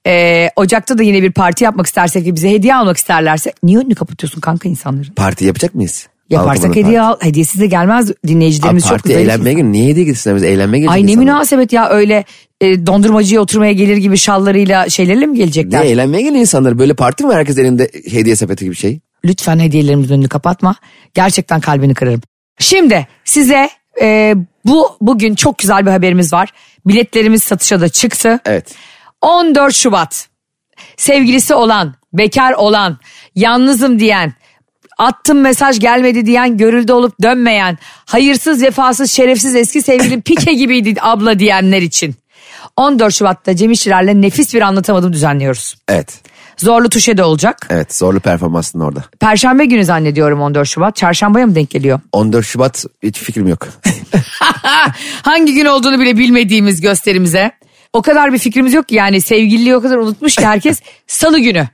[SPEAKER 2] e, Ocak'ta da yine bir parti yapmak istersek ve bize hediye almak isterlerse niye önünü kapatıyorsun kanka insanların?
[SPEAKER 3] Parti yapacak mıyız?
[SPEAKER 2] Yaparsak
[SPEAKER 3] Halkımızın
[SPEAKER 2] hediye al. Hediyesiz de gelmez dinleyicilerimiz
[SPEAKER 3] Abi
[SPEAKER 2] çok
[SPEAKER 3] parti
[SPEAKER 2] güzel.
[SPEAKER 3] eğlenmeye gidiyor. Niye hediye gitsinler biz eğlenmeye gideceğiz.
[SPEAKER 2] Ay ne
[SPEAKER 3] insanlar.
[SPEAKER 2] münasebet ya öyle e, dondurmacıya oturmaya gelir gibi şallarıyla şeylerle mi
[SPEAKER 3] Ne
[SPEAKER 2] gelecekler?
[SPEAKER 3] eğlenmeye geliyor insanlar. Böyle parti mi var? herkes elinde hediye sepeti gibi şey?
[SPEAKER 2] Lütfen hediyelerimizin önünü kapatma. Gerçekten kalbini kırarım. Şimdi size e, bu bugün çok güzel bir haberimiz var. Biletlerimiz satışa da çıktı.
[SPEAKER 3] Evet.
[SPEAKER 2] 14 Şubat sevgilisi olan, bekar olan, yalnızım diyen, attım mesaj gelmedi diyen, görüldü olup dönmeyen, hayırsız, vefasız, şerefsiz eski sevgilim pike gibiydi abla diyenler için. 14 Şubat'ta Cem İşçilerle nefis bir anlatamadım düzenliyoruz.
[SPEAKER 3] Evet.
[SPEAKER 2] Zorlu Tuşe'de olacak.
[SPEAKER 3] Evet. Zorlu performansın orada.
[SPEAKER 2] Perşembe günü zannediyorum 14 Şubat. Çarşambaya mı denk geliyor?
[SPEAKER 3] 14 Şubat hiç fikrim yok.
[SPEAKER 2] Hangi gün olduğunu bile bilmediğimiz gösterimize. O kadar bir fikrimiz yok ki yani sevgililiği o kadar unutmuş ki herkes salı günü.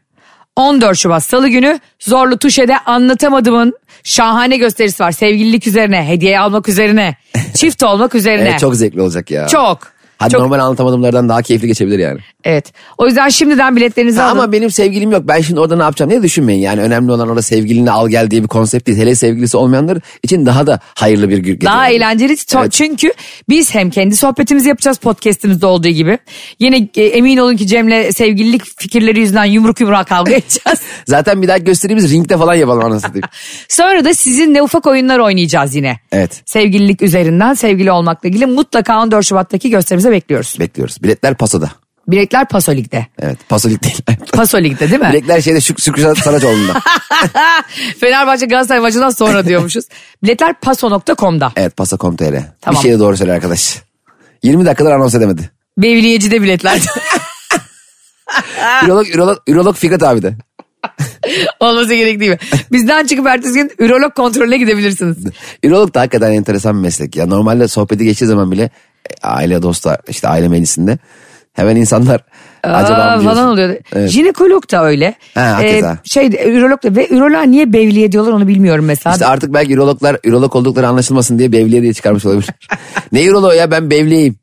[SPEAKER 2] 14 Şubat salı günü Zorlu Tuşe'de anlatamadığımın şahane gösterisi var. Sevgililik üzerine, hediye almak üzerine, çift olmak üzerine.
[SPEAKER 3] Evet, çok zevkli olacak ya.
[SPEAKER 2] Çok.
[SPEAKER 3] Hadi
[SPEAKER 2] Çok-
[SPEAKER 3] normal anlatamadımlardan daha keyifli geçebilir yani.
[SPEAKER 2] Evet. O yüzden şimdiden biletlerinizi
[SPEAKER 3] Ha,
[SPEAKER 2] alın.
[SPEAKER 3] ama benim sevgilim yok. Ben şimdi orada ne yapacağım diye düşünmeyin. Yani önemli olan orada sevgilini al gel diye bir konsept değil. Hele sevgilisi olmayanlar için daha da hayırlı bir gün. gece
[SPEAKER 2] Daha
[SPEAKER 3] olur.
[SPEAKER 2] eğlenceli. To-
[SPEAKER 3] Evet.
[SPEAKER 2] Çünkü biz hem kendi sohbetimizi yapacağız podcastimizde olduğu gibi. Yine e, emin olun ki Cem'le sevgililik fikirleri yüzünden yumruk yumruğa kavga edeceğiz.
[SPEAKER 3] Zaten bir daha gösterimiz ringde falan yapalım anasını diyeyim.
[SPEAKER 2] Sonra da sizinle ufak oyunlar oynayacağız yine.
[SPEAKER 3] Evet.
[SPEAKER 2] Sevgililik üzerinden sevgili olmakla ilgili mutlaka 14 Şubat'taki gösterimize bekliyoruz.
[SPEAKER 3] Bekliyoruz. Biletler pasoda.
[SPEAKER 2] Bilekler Paso Lig'de.
[SPEAKER 3] Evet pasolik değil.
[SPEAKER 2] Paso Lig'de değil mi?
[SPEAKER 3] Bilekler şeyde Şük Şükrü Saracoğlu'nda.
[SPEAKER 2] Fenerbahçe Galatasaray maçından sonra diyormuşuz. Biletler paso.com'da.
[SPEAKER 3] Evet pasa.com.tr.
[SPEAKER 2] Tamam.
[SPEAKER 3] Bir şeyi doğru söyle arkadaş. 20 dakikadır anons edemedi.
[SPEAKER 2] Mevliyeci'de biletler.
[SPEAKER 3] Ürolog, ürolog, ürolog Fikret abi de.
[SPEAKER 2] Olması gerek değil mi? Bizden çıkıp ertesi gün ürolog kontrolüne gidebilirsiniz.
[SPEAKER 3] Ürolog da hakikaten enteresan bir meslek. Ya normalde sohbeti geçtiği zaman bile e, aile dostlar işte aile meclisinde hemen insanlar acaba
[SPEAKER 2] Aa,
[SPEAKER 3] mı diyorsun?
[SPEAKER 2] falan oluyor.
[SPEAKER 3] Evet.
[SPEAKER 2] Jinekolog da öyle.
[SPEAKER 3] Ha, hakeza.
[SPEAKER 2] şey ürolog da ve üroloğa niye bevliye diyorlar onu bilmiyorum mesela.
[SPEAKER 3] İşte artık belki ürologlar ürolog oldukları anlaşılmasın diye bevliye diye çıkarmış olabilir. ne üroloğu ya ben bevliyeyim.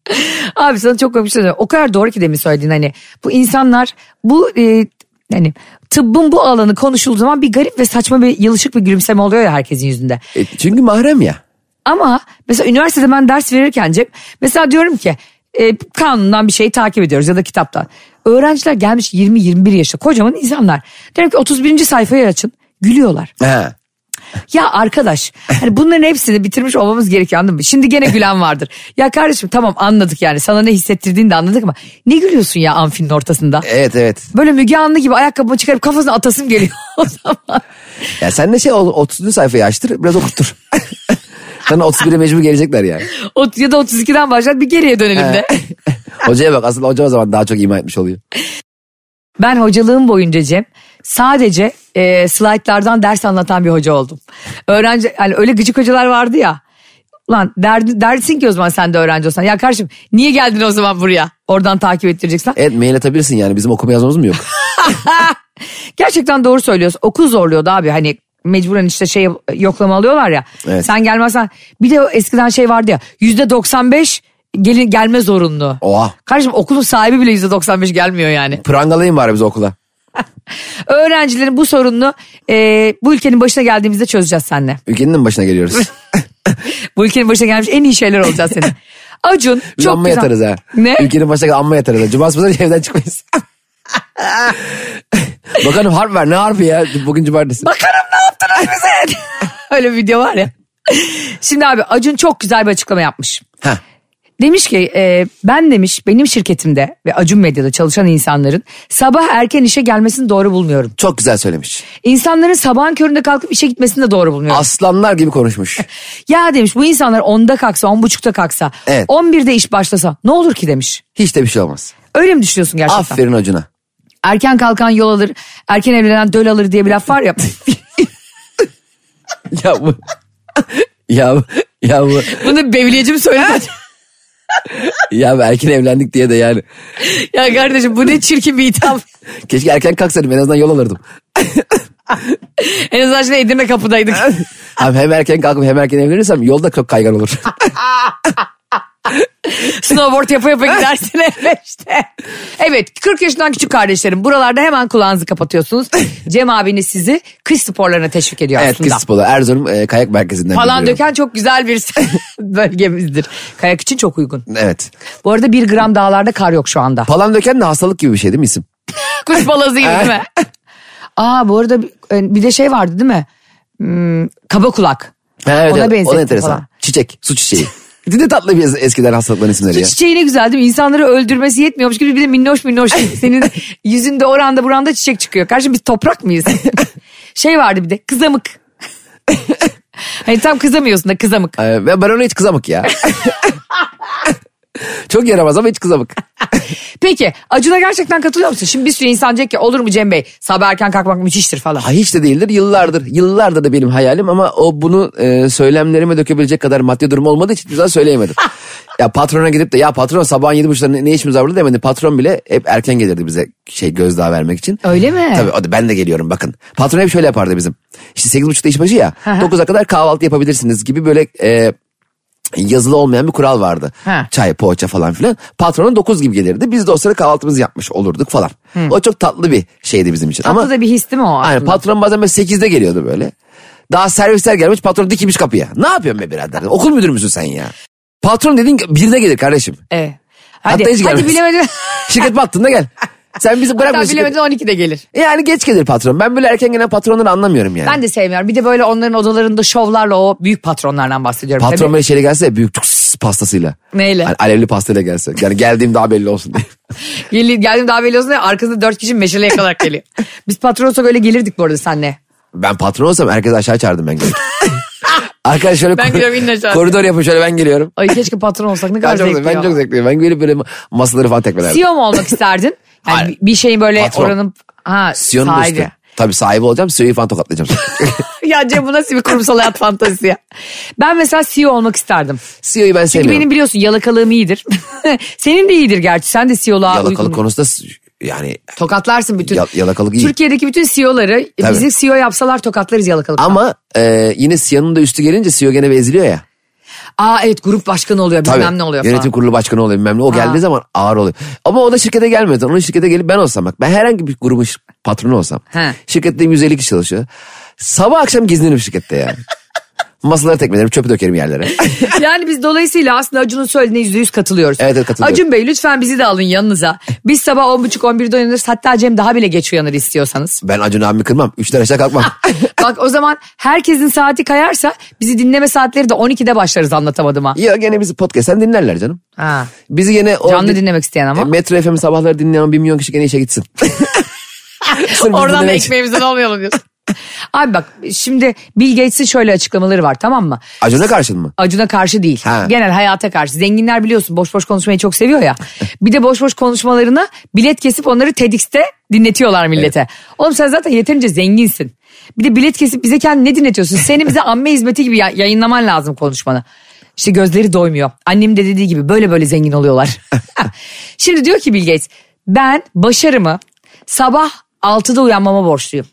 [SPEAKER 2] Abi sana çok komik bir şey söyleyeyim. O kadar doğru ki demin söylediğin hani bu insanlar bu e, hani tıbbın bu alanı konuşulduğu zaman bir garip ve saçma bir yılışık bir gülümseme oluyor ya herkesin yüzünde.
[SPEAKER 3] E, çünkü mahrem ya.
[SPEAKER 2] Ama mesela üniversitede ben ders verirken Cem mesela diyorum ki e, kanundan bir şeyi takip ediyoruz ya da kitaptan. Öğrenciler gelmiş 20-21 yaşta kocaman insanlar. Diyorum ki 31. sayfayı açın gülüyorlar.
[SPEAKER 3] Ha.
[SPEAKER 2] Ya arkadaş hani bunların hepsini bitirmiş olmamız gerekiyor anladın mı? Şimdi gene gülen vardır. Ya kardeşim tamam anladık yani sana ne hissettirdiğini de anladık ama ne gülüyorsun ya amfinin ortasında?
[SPEAKER 3] Evet evet.
[SPEAKER 2] Böyle Müge Anlı gibi ayakkabımı çıkarıp kafasına atasım geliyor o zaman.
[SPEAKER 3] Ya sen de şey ol- 30. sayfayı açtır biraz okuttur. Sana 31'e mecbur gelecekler yani.
[SPEAKER 2] Ot- Ya da 32'den başlar bir geriye dönelim de.
[SPEAKER 3] Hocaya bak aslında hoca o zaman daha çok ima etmiş oluyor.
[SPEAKER 2] Ben hocalığım boyunca Cem sadece e, slaytlardan ders anlatan bir hoca oldum. Öğrenci hani öyle gıcık hocalar vardı ya. Ulan derdi, dersin ki o zaman sen de öğrenci olsan. Ya kardeşim niye geldin o zaman buraya? Oradan takip ettireceksin.
[SPEAKER 3] Evet mail atabilirsin yani bizim okuma yazmamız mı yok?
[SPEAKER 2] Gerçekten doğru söylüyorsun. Okul zorluyordu abi hani mecburen işte şey yoklama alıyorlar ya.
[SPEAKER 3] Evet.
[SPEAKER 2] Sen gelmezsen bir de o eskiden şey vardı ya yüzde 95 gelin gelme zorunlu.
[SPEAKER 3] Oha.
[SPEAKER 2] Kardeşim okulun sahibi bile yüzde 95 gelmiyor yani.
[SPEAKER 3] Prangalayın bari bizi okula.
[SPEAKER 2] Öğrencilerin bu sorununu e, bu ülkenin başına geldiğimizde çözeceğiz seninle.
[SPEAKER 3] Ülkenin de mi başına geliyoruz?
[SPEAKER 2] Bu ülkenin başına gelmiş en iyi şeyler olacağız senin. Acun
[SPEAKER 3] Biz
[SPEAKER 2] çok
[SPEAKER 3] amma
[SPEAKER 2] güzel.
[SPEAKER 3] yatarız ha.
[SPEAKER 2] Ne?
[SPEAKER 3] Ülkenin başına gel- amma yatarız ha. Cumartesi pazarı evden çıkmayız. Bakanım harp ver ne harfi ya bugün cumartesi.
[SPEAKER 2] Bakarım ne yaptınız bize. Öyle bir video var ya. Şimdi abi Acun çok güzel bir açıklama yapmış.
[SPEAKER 3] Heh.
[SPEAKER 2] Demiş ki e, ben demiş benim şirketimde ve Acun Medya'da çalışan insanların sabah erken işe gelmesini doğru bulmuyorum.
[SPEAKER 3] Çok güzel söylemiş.
[SPEAKER 2] İnsanların sabahın köründe kalkıp işe gitmesini de doğru bulmuyorum.
[SPEAKER 3] Aslanlar gibi konuşmuş.
[SPEAKER 2] ya demiş bu insanlar 10'da kalksa 10.30'da kalksa
[SPEAKER 3] Evet.
[SPEAKER 2] 11'de iş başlasa ne olur ki demiş.
[SPEAKER 3] Hiç de bir şey olmaz.
[SPEAKER 2] Öyle mi düşünüyorsun gerçekten?
[SPEAKER 3] Aferin hocuna.
[SPEAKER 2] Erken kalkan yol alır, erken evlenen döl alır diye bir laf var ya.
[SPEAKER 3] Ya bu... ya bu... Ya bu...
[SPEAKER 2] Bunu bevliyeci mi söyledi?
[SPEAKER 3] Ya bu erken evlendik diye de yani.
[SPEAKER 2] ya kardeşim bu ne çirkin bir itham.
[SPEAKER 3] Keşke erken kalksaydım en azından yol alırdım.
[SPEAKER 2] en azından şimdi Edirne kapıdaydık.
[SPEAKER 3] Abi hem erken kalkıp hem erken evlenirsem yolda çok kaygan olur.
[SPEAKER 2] Snowboard yapa yapa gidersin eve işte. Evet 40 yaşından küçük kardeşlerim buralarda hemen kulağınızı kapatıyorsunuz. Cem abiniz sizi kış sporlarına teşvik ediyor
[SPEAKER 3] evet
[SPEAKER 2] aslında.
[SPEAKER 3] kız sporu. Erzurum e, kayak merkezinden
[SPEAKER 2] Falan
[SPEAKER 3] geliyorum.
[SPEAKER 2] döken çok güzel bir bölgemizdir. Kayak için çok uygun.
[SPEAKER 3] Evet.
[SPEAKER 2] Bu arada bir gram dağlarda kar yok şu anda.
[SPEAKER 3] Palandöken de hastalık gibi bir şey değil mi isim?
[SPEAKER 2] Kuş balası gibi değil mi? Aa bu arada bir- bir de şey vardı değil mi? Hmm, kaba kulak.
[SPEAKER 3] Ha, evet,
[SPEAKER 2] Ona
[SPEAKER 3] evet. O da
[SPEAKER 2] benzettim
[SPEAKER 3] enteresan.
[SPEAKER 2] falan.
[SPEAKER 3] Çiçek, su çiçeği. Bir de tatlı bir eskiden hastalıkların isimleri ya.
[SPEAKER 2] Su çiçeği ne güzel değil mi? İnsanları öldürmesi yetmiyormuş gibi bir de minnoş minnoş. Senin yüzünde oranda buranda çiçek çıkıyor. Karşı biz toprak mıyız? şey vardı bir de kızamık. hani tam kızamıyorsun da kızamık.
[SPEAKER 3] Ee, ben ben ona hiç kızamık ya. Çok yaramaz ama hiç kızamık.
[SPEAKER 2] Peki Acun'a gerçekten katılıyor musun? Şimdi bir sürü insan diyecek ki olur mu Cem Bey sabah erken kalkmak müthiştir falan.
[SPEAKER 3] Ha, hiç de değildir yıllardır. Yıllardır da benim hayalim ama o bunu e, söylemlerime dökebilecek kadar maddi durum olmadığı için hiçbir zaman söyleyemedim. ya patrona gidip de ya patron sabahın yedi buçukta ne, ne işimiz var burada demedi. Patron bile hep erken gelirdi bize şey gözdağı vermek için.
[SPEAKER 2] Öyle mi?
[SPEAKER 3] Tabii o da ben de geliyorum bakın. Patron hep şöyle yapardı bizim. İşte sekiz buçukta iş başı ya.
[SPEAKER 2] hı.
[SPEAKER 3] dokuza kadar kahvaltı yapabilirsiniz gibi böyle... E, yazılı olmayan bir kural vardı.
[SPEAKER 2] Ha.
[SPEAKER 3] Çay, poğaça falan filan. Patronun 9 gibi gelirdi. Biz de o sırada kahvaltımızı yapmış olurduk falan. O çok tatlı bir şeydi bizim için.
[SPEAKER 2] Tatlı
[SPEAKER 3] Ama
[SPEAKER 2] da bir his değil mi o aslında?
[SPEAKER 3] Aynen patron bazen böyle 8'de geliyordu böyle. Daha servisler gelmiş patron dikilmiş kapıya. Ne yapıyorsun be birader? Okul müdürü müsün sen ya? Patron dediğin birde gelir kardeşim.
[SPEAKER 2] Evet. Hadi,
[SPEAKER 3] Hatta hiç
[SPEAKER 2] hadi
[SPEAKER 3] gelmez.
[SPEAKER 2] bilemedin.
[SPEAKER 3] Şirket battığında gel. Sen bizi
[SPEAKER 2] Hatta
[SPEAKER 3] bırakmıyorsun.
[SPEAKER 2] bilemedin 12'de gelir.
[SPEAKER 3] Yani geç gelir patron. Ben böyle erken gelen patronları anlamıyorum yani.
[SPEAKER 2] Ben de sevmiyorum. Bir de böyle onların odalarında şovlarla o büyük patronlardan bahsediyorum.
[SPEAKER 3] patron
[SPEAKER 2] Tabii.
[SPEAKER 3] böyle şeyle gelse ya, büyük tuks pastasıyla.
[SPEAKER 2] Neyle?
[SPEAKER 3] Hani alevli pastayla gelse. Yani geldiğim daha belli olsun diye.
[SPEAKER 2] Geldim, geldim daha belli olsun diye arkasında dört kişi meşale yakalarak geliyor. Biz patron olsak öyle gelirdik bu arada senle.
[SPEAKER 3] Ben patron olsam herkes aşağı çağırdım ben gelip. Arkadaş şöyle
[SPEAKER 2] Ben
[SPEAKER 3] kor-
[SPEAKER 2] gidiyorum, inin aşağı.
[SPEAKER 3] koridor yapın şöyle ben geliyorum.
[SPEAKER 2] Ay keşke patron olsak ne
[SPEAKER 3] Ben
[SPEAKER 2] kadar
[SPEAKER 3] çok,
[SPEAKER 2] zevkli
[SPEAKER 3] ben
[SPEAKER 2] ya.
[SPEAKER 3] çok zevkliyim. Ben gelip böyle masaları falan tekmelerdim.
[SPEAKER 2] CEO mu olmak isterdin? Yani
[SPEAKER 3] Hayır.
[SPEAKER 2] bir şeyin böyle
[SPEAKER 3] Patron.
[SPEAKER 2] oranın ha,
[SPEAKER 3] CEO'nun da
[SPEAKER 2] sahibi.
[SPEAKER 3] üstü. Tabii sahibi olacağım. CEO'yu falan tokatlayacağım.
[SPEAKER 2] ya Cem bu nasıl bir kurumsal hayat fantazisi ya. Ben mesela CEO olmak isterdim.
[SPEAKER 3] CEO'yu E ben
[SPEAKER 2] Çünkü
[SPEAKER 3] sevmiyorum.
[SPEAKER 2] benim biliyorsun yalakalığım iyidir. Senin de iyidir gerçi. Sen de CEO'luğa
[SPEAKER 3] Yalakalık
[SPEAKER 2] uygun.
[SPEAKER 3] konusunda s- yani
[SPEAKER 2] Tokatlarsın bütün.
[SPEAKER 3] Ya- yalakalık iyi.
[SPEAKER 2] Türkiye'deki bütün E CEO'ları
[SPEAKER 3] Tabii.
[SPEAKER 2] bizi CEO E yapsalar tokatlarız yalakalıktan.
[SPEAKER 3] ama e, yine CEO'nun da üstü gelince CEO gene bir eziliyor ya.
[SPEAKER 2] Aa evet grup başkanı oluyor bilmem
[SPEAKER 3] Tabii.
[SPEAKER 2] ne oluyor
[SPEAKER 3] Yönetim
[SPEAKER 2] falan.
[SPEAKER 3] kurulu başkanı oluyor bilmem ne. O
[SPEAKER 2] Ha.
[SPEAKER 3] geldiği zaman ağır oluyor. Ama o da şirkete gelmiyor. zaten. Onun şirkete gelip ben olsam bak. Ben herhangi bir grubun şir- patronu olsam.
[SPEAKER 2] He.
[SPEAKER 3] Şirkette 150 kişi çalışıyor. Sabah akşam gezinirim şirkette yani. Masaları tekmelerim, çöpü dökerim yerlere.
[SPEAKER 2] yani biz dolayısıyla aslında Acun'un söylediğine yüzde yüz katılıyoruz.
[SPEAKER 3] Evet, evet, katılıyorum.
[SPEAKER 2] Acun Bey lütfen bizi de alın yanınıza. Biz sabah 10.30-11'de uyanırız hatta Cem daha bile geç uyanır istiyorsanız.
[SPEAKER 3] ben Acun abimi kırmam. Üçten aşağı kalkmam.
[SPEAKER 2] Bak o zaman herkesin saati kayarsa bizi dinleme saatleri de 12'de başlarız anlatamadım ha.
[SPEAKER 3] ya gene bizi podcast'ten dinlerler canım.
[SPEAKER 2] ha.
[SPEAKER 3] Bizi gene... o-
[SPEAKER 2] Canlı dinlemek isteyen
[SPEAKER 3] E,
[SPEAKER 2] ama.
[SPEAKER 3] Metro FM sabahları dinleyen bir milyon kişi gene işe gitsin. Sırf bizi
[SPEAKER 2] Oradan da
[SPEAKER 3] dinlemek için.
[SPEAKER 2] ekmeğimizden olmayalım diyorsun. Abi bak şimdi Bill Gates'in şöyle açıklamaları var tamam mı?
[SPEAKER 3] Acun'a karşın mı?
[SPEAKER 2] Acun'a karşı değil.
[SPEAKER 3] Ha.
[SPEAKER 2] Genel hayata karşı. Zenginler biliyorsun boş boş konuşmayı çok seviyor ya. Bir de boş boş konuşmalarına bilet kesip onları TEDx'te dinletiyorlar millete. Oğlum sen zaten yeterince zenginsin. Bir de bilet kesip bize kendini ne dinletiyorsun? Seni bize amme hizmeti gibi ya- yayınlaman lazım konuşmanı. İşte gözleri doymuyor. Annem de dediği gibi böyle böyle zengin oluyorlar. Şimdi diyor ki Bill Gates ben başarımı sabah 6'da uyanmama borçluyum.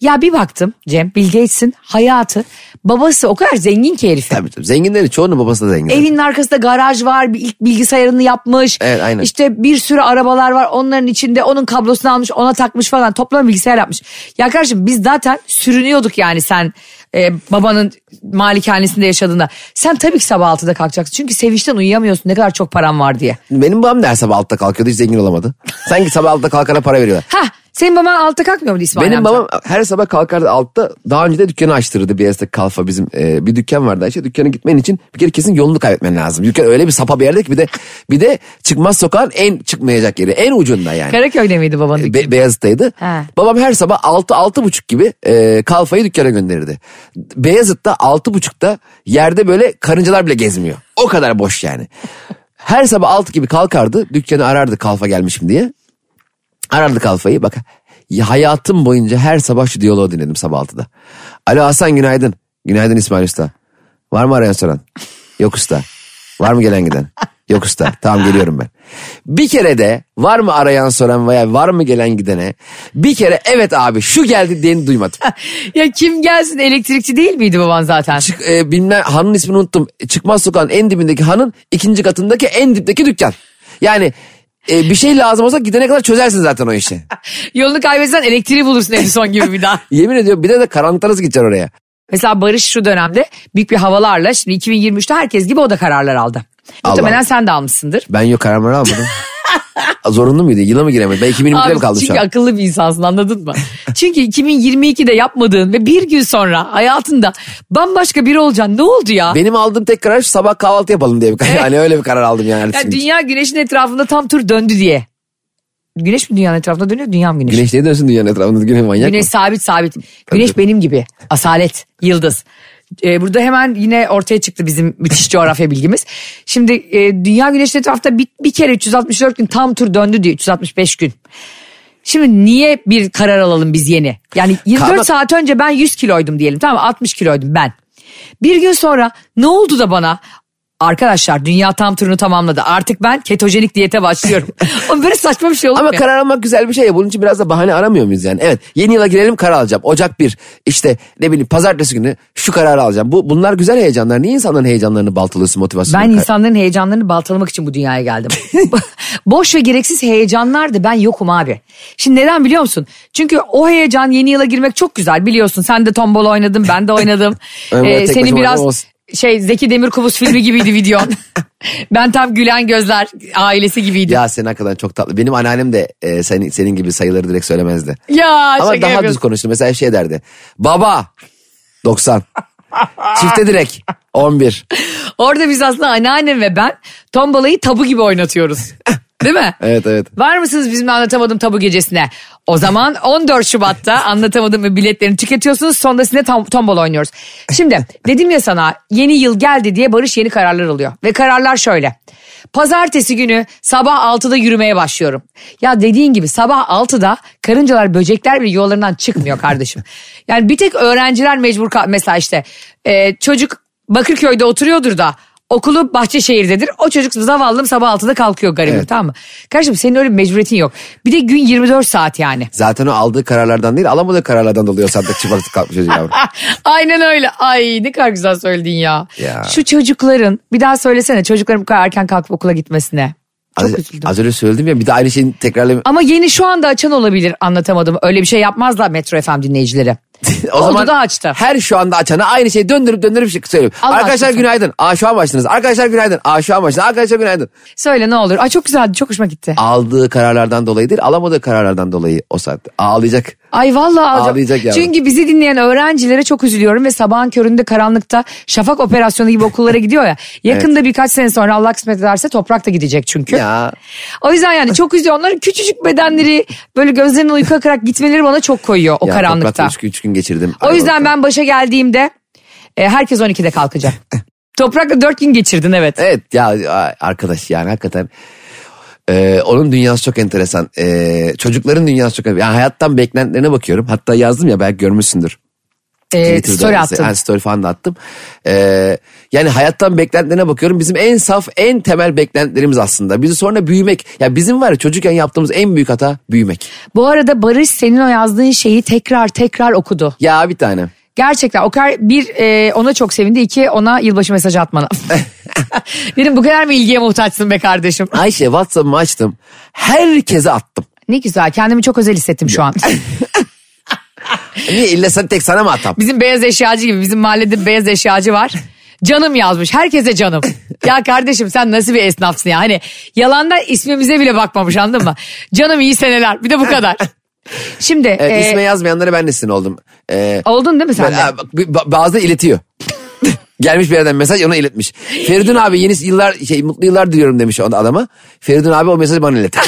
[SPEAKER 2] Ya bir baktım Cem Bill Gates'in hayatı babası o kadar zengin ki herif.
[SPEAKER 3] Tabii tabii. Zenginlerin çoğunun babası da zengin.
[SPEAKER 2] Evinin arkasında garaj var. Bir ilk bilgisayarını yapmış.
[SPEAKER 3] Evet, aynen.
[SPEAKER 2] İşte bir sürü arabalar var. Onların içinde onun kablosunu almış, ona takmış falan. Toplam bilgisayar yapmış. Ya kardeşim biz zaten sürünüyorduk yani sen e, babanın malikanesinde yaşadığında. Sen tabii ki sabah 6'da kalkacaksın. Çünkü sevinçten uyuyamıyorsun ne kadar çok param var diye.
[SPEAKER 3] Benim babam da her sabah altta kalkıyordu hiç zengin olamadı. Sanki sabah altta kalkana para veriyorlar.
[SPEAKER 2] Hah senin baban 6'da kalkmıyor mu İsmail
[SPEAKER 3] Benim
[SPEAKER 2] amca?
[SPEAKER 3] babam her sabah kalkardı altta daha önce de dükkanı açtırırdı BS'de Kalfa bizim e, bir dükkan vardı Ayşe. Dükkana gitmen için bir kere kesin yolunu kaybetmen lazım. Dükkan öyle bir sapa bir yerde ki bir de bir de çıkmaz sokağın en çıkmayacak yeri en ucunda yani.
[SPEAKER 2] Karaköy'de miydi babanın? dükkanı?
[SPEAKER 3] Be- Beyazıt'taydı.
[SPEAKER 2] Ha.
[SPEAKER 3] Babam her sabah 6 altı buçuk gibi e, kalfayı dükkana gönderirdi. Beyazıt'ta altı buçukta yerde böyle karıncalar bile gezmiyor. O kadar boş yani. Her sabah altı gibi kalkardı. Dükkanı arardı kalfa gelmişim diye. Arardı kalfayı bak. ya Hayatım boyunca her sabah şu diyaloğu dinledim sabah 6'da. Alo Hasan günaydın. Günaydın İsmail Usta. Var mı arayan soran? Yok usta. Var mı gelen giden? Yok usta. Tamam geliyorum ben. Bir kere de var mı arayan soran veya var mı gelen gidene bir kere evet abi şu geldi diyeni duymadım.
[SPEAKER 2] ya kim gelsin elektrikçi değil miydi baban zaten?
[SPEAKER 3] Çık, e, bilmem hanın ismini unuttum. Çıkmaz sokağın en dibindeki hanın ikinci katındaki en dipteki dükkan. Yani e, bir şey lazım olsa gidene kadar çözersin zaten o işi.
[SPEAKER 2] Yolunu kaybetsen elektriği bulursun en son gibi bir daha.
[SPEAKER 3] Yemin ediyorum bir de, de karanlıkta nasıl gideceksin oraya?
[SPEAKER 2] Mesela Barış şu dönemde büyük bir havalarla şimdi 2023'te herkes gibi o da kararlar aldı. Muhtemelen
[SPEAKER 3] Allah.
[SPEAKER 2] sen de almışsındır.
[SPEAKER 3] Ben yok kararımı almadım. Zorunlu muydu? Yıla mı giremedim? Ben 2020'de mi
[SPEAKER 2] Abi
[SPEAKER 3] kaldım şu
[SPEAKER 2] çünkü
[SPEAKER 3] an?
[SPEAKER 2] akıllı bir insansın anladın mı? çünkü 2022'de yapmadığın ve bir gün sonra hayatında bambaşka biri olacaksın. Ne oldu ya?
[SPEAKER 3] Benim aldığım tek karar şu sabah kahvaltı yapalım diye bir karar. hani öyle bir karar aldım yani.
[SPEAKER 2] Ya
[SPEAKER 3] ertesi gün.
[SPEAKER 2] dünya güneşin etrafında tam tur döndü diye. Güneş mi dünyanın etrafında dönüyor? Dünya mı güneş?
[SPEAKER 3] Güneş niye dönsün dünyanın etrafında? Güneş manyak
[SPEAKER 2] Güneş
[SPEAKER 3] mı?
[SPEAKER 2] sabit sabit. Güneş benim gibi. Asalet, yıldız. Ee, burada hemen yine ortaya çıktı bizim müthiş coğrafya bilgimiz. Şimdi e, dünya güneşin etrafta bir, bir kere 364 gün tam tur döndü diyor 365 gün. Şimdi niye bir karar alalım biz yeni? Yani 24
[SPEAKER 3] Karma-
[SPEAKER 2] saat önce ben 100 kiloydum diyelim tamam mı? 60 kiloydum ben. Bir gün sonra ne oldu da bana Arkadaşlar dünya tam turunu tamamladı. Artık ben ketojenik diyete başlıyorum. Ama böyle saçma bir şey olur mu?
[SPEAKER 3] Ama
[SPEAKER 2] ya?
[SPEAKER 3] karar almak güzel bir şey ya. Bunun için biraz da bahane aramıyor muyuz yani? Evet. Yeni yıla girelim karar alacağım. Ocak 1. İşte ne bileyim pazartesi günü şu kararı alacağım. Bu, bunlar güzel heyecanlar. Niye insanların heyecanlarını baltalıyorsun motivasyonunu?
[SPEAKER 2] Ben
[SPEAKER 3] Kar-
[SPEAKER 2] insanların heyecanlarını baltalamak için bu dünyaya geldim. Boş ve gereksiz heyecanlardı ben yokum abi. Şimdi neden biliyor musun? Çünkü o heyecan yeni yıla girmek çok güzel biliyorsun. Sen de tombol oynadım ben de oynadım.
[SPEAKER 3] Ben böyle
[SPEAKER 2] ee,
[SPEAKER 3] tek
[SPEAKER 2] senin
[SPEAKER 3] başıma
[SPEAKER 2] biraz
[SPEAKER 3] oynadım olsun.
[SPEAKER 2] şey Zeki Demirkubuz filmi gibiydi videon. ben tam Gülen Gözler ailesi gibiydim. Ya,
[SPEAKER 3] Ya sen hakikaten çok tatlı. Benim anneannem de e, senin, senin gibi sayıları direkt söylemezdi. Ama
[SPEAKER 2] şaka
[SPEAKER 3] daha düz
[SPEAKER 2] yapıyorsun.
[SPEAKER 3] konuştu. Mesela şey derdi. Baba 90. Çifte direkt 11.
[SPEAKER 2] Orada biz aslında anneannem ve ben tombalayı tabu gibi oynatıyoruz. Değil mi?
[SPEAKER 3] Evet, evet.
[SPEAKER 2] Var mısınız bizim anlatamadım tabu gecesine? O zaman 14 Şubat'ta anlatamadım ve biletlerini tüketiyorsunuz. Sonra sizinle tam, tombol oynuyoruz. Şimdi dedim ya sana yeni yıl geldi diye Barış yeni kararlar alıyor. Ve kararlar şöyle. Pazartesi günü sabah 6'da yürümeye başlıyorum. Ya dediğin gibi sabah 6'da karıncalar böcekler bile yuvalarından çıkmıyor kardeşim. Yani bir tek öğrenciler mecbur kal- mesela işte e, çocuk Bakırköy'de oturuyordur da okulu Bahçeşehir'dedir. O çocuk zavallım sabah 6'da kalkıyor garibim
[SPEAKER 3] Evet.
[SPEAKER 2] tamam mı? Kardeşim senin öyle bir mecburiyetin yok. Bir de gün 24 saat yani.
[SPEAKER 3] Zaten o aldığı kararlardan değil alamadığı kararlardan dolayı o sandık çıplaklık kalkmış çocuk yavrum.
[SPEAKER 2] Aynen öyle. Ay ne kadar güzel söyledin ya.
[SPEAKER 3] Ya.
[SPEAKER 2] Şu çocukların bir daha söylesene çocukların bu kadar erken kalkıp okula gitmesine. Çok
[SPEAKER 3] Az,
[SPEAKER 2] üzüldüm.
[SPEAKER 3] az önce söyledim ya bir de aynı şeyin tekrarlayayım.
[SPEAKER 2] Ama yeni şu anda açan olabilir anlatamadım. Öyle bir şey yapmazlar Metro FM dinleyicileri.
[SPEAKER 3] O zaman
[SPEAKER 2] Ah, da açtı.
[SPEAKER 3] her şu anda açana aynı şeyi döndürüp döndürüp şey söylüyorum.
[SPEAKER 2] Allah
[SPEAKER 3] Arkadaşlar
[SPEAKER 2] aşkına.
[SPEAKER 3] günaydın. Aa şu an başladınız. Arkadaşlar günaydın. Aa şu an başladınız. Arkadaşlar günaydın.
[SPEAKER 2] Söyle ne olur. Ay çok güzeldi çok hoşuma gitti.
[SPEAKER 3] Aldığı kararlardan dolayı değil alamadığı kararlardan dolayı o saatte ağlayacak.
[SPEAKER 2] Ay vallahi alacağım.
[SPEAKER 3] Ağlayacak yavrum.
[SPEAKER 2] Çünkü bizi dinleyen öğrencilere çok üzülüyorum ve sabahın köründe karanlıkta şafak operasyonu gibi okullara gidiyor ya. Yakında birkaç sene sonra Allah kısmet ederse toprak da gidecek çünkü.
[SPEAKER 3] Ya.
[SPEAKER 2] O yüzden yani çok üzüyor. Onların küçücük bedenleri böyle gözlerinin uyku akarak gitmeleri bana çok koyuyor o
[SPEAKER 3] ya
[SPEAKER 2] karanlıkta.
[SPEAKER 3] toprakla Üç, gün- üç gün geçirdim.
[SPEAKER 2] O yüzden ben başa geldiğimde e, herkes 12'de kalkacak. Toprakla 4 gün geçirdin evet. E,
[SPEAKER 3] Evet ya a- arkadaş yani hakikaten Ee, onun dünyası çok enteresan. Ee, çocukların dünyası çok enteresan. Yani hayattan beklentilerine bakıyorum. Hatta yazdım ya belki görmüşsündür.
[SPEAKER 2] E,
[SPEAKER 3] Twitter'da
[SPEAKER 2] story
[SPEAKER 3] mesela.
[SPEAKER 2] attın.
[SPEAKER 3] Ha, story falan da attım. Ee, yani hayattan beklentilerine bakıyorum. Bizim en saf, en temel beklentilerimiz aslında. Bizi sonra büyümek. Ya bizim var ya çocukken yaptığımız en büyük hata büyümek.
[SPEAKER 2] Bu arada Barış senin o yazdığın şeyi tekrar tekrar okudu.
[SPEAKER 3] Ya bir tane.
[SPEAKER 2] Gerçekten o kadar bir e, ona çok sevindi iki ona yılbaşı mesajı atmana. Dedim bu kadar mı ilgiye muhtaçsın be kardeşim?
[SPEAKER 3] Ayşe WhatsApp'ımı açtım. Herkese attım.
[SPEAKER 2] Ne güzel kendimi çok özel hissettim şu an.
[SPEAKER 3] Niye illa sen tek sana mı atam?
[SPEAKER 2] Bizim beyaz eşyacı gibi bizim mahallede beyaz eşyacı var. Canım yazmış herkese canım. Ya kardeşim sen nasıl bir esnafsın ya hani yalandan ismimize bile bakmamış anladın mı? Canım iyi seneler bir de bu kadar. Şimdi
[SPEAKER 3] Evet,
[SPEAKER 2] e,
[SPEAKER 3] isme yazmayanlara ben de sinir oldum. Ee,
[SPEAKER 2] oldun değil mi sen
[SPEAKER 3] Ben-
[SPEAKER 2] de?
[SPEAKER 3] ha, bak, bir- ba- bazıları iletiyor. Gelmiş bir yerden mesaj ona iletmiş. Feridun abi yeni yıllar şey mutlu yıllar diliyorum demiş o adama. Feridun abi o mesajı bana iletti.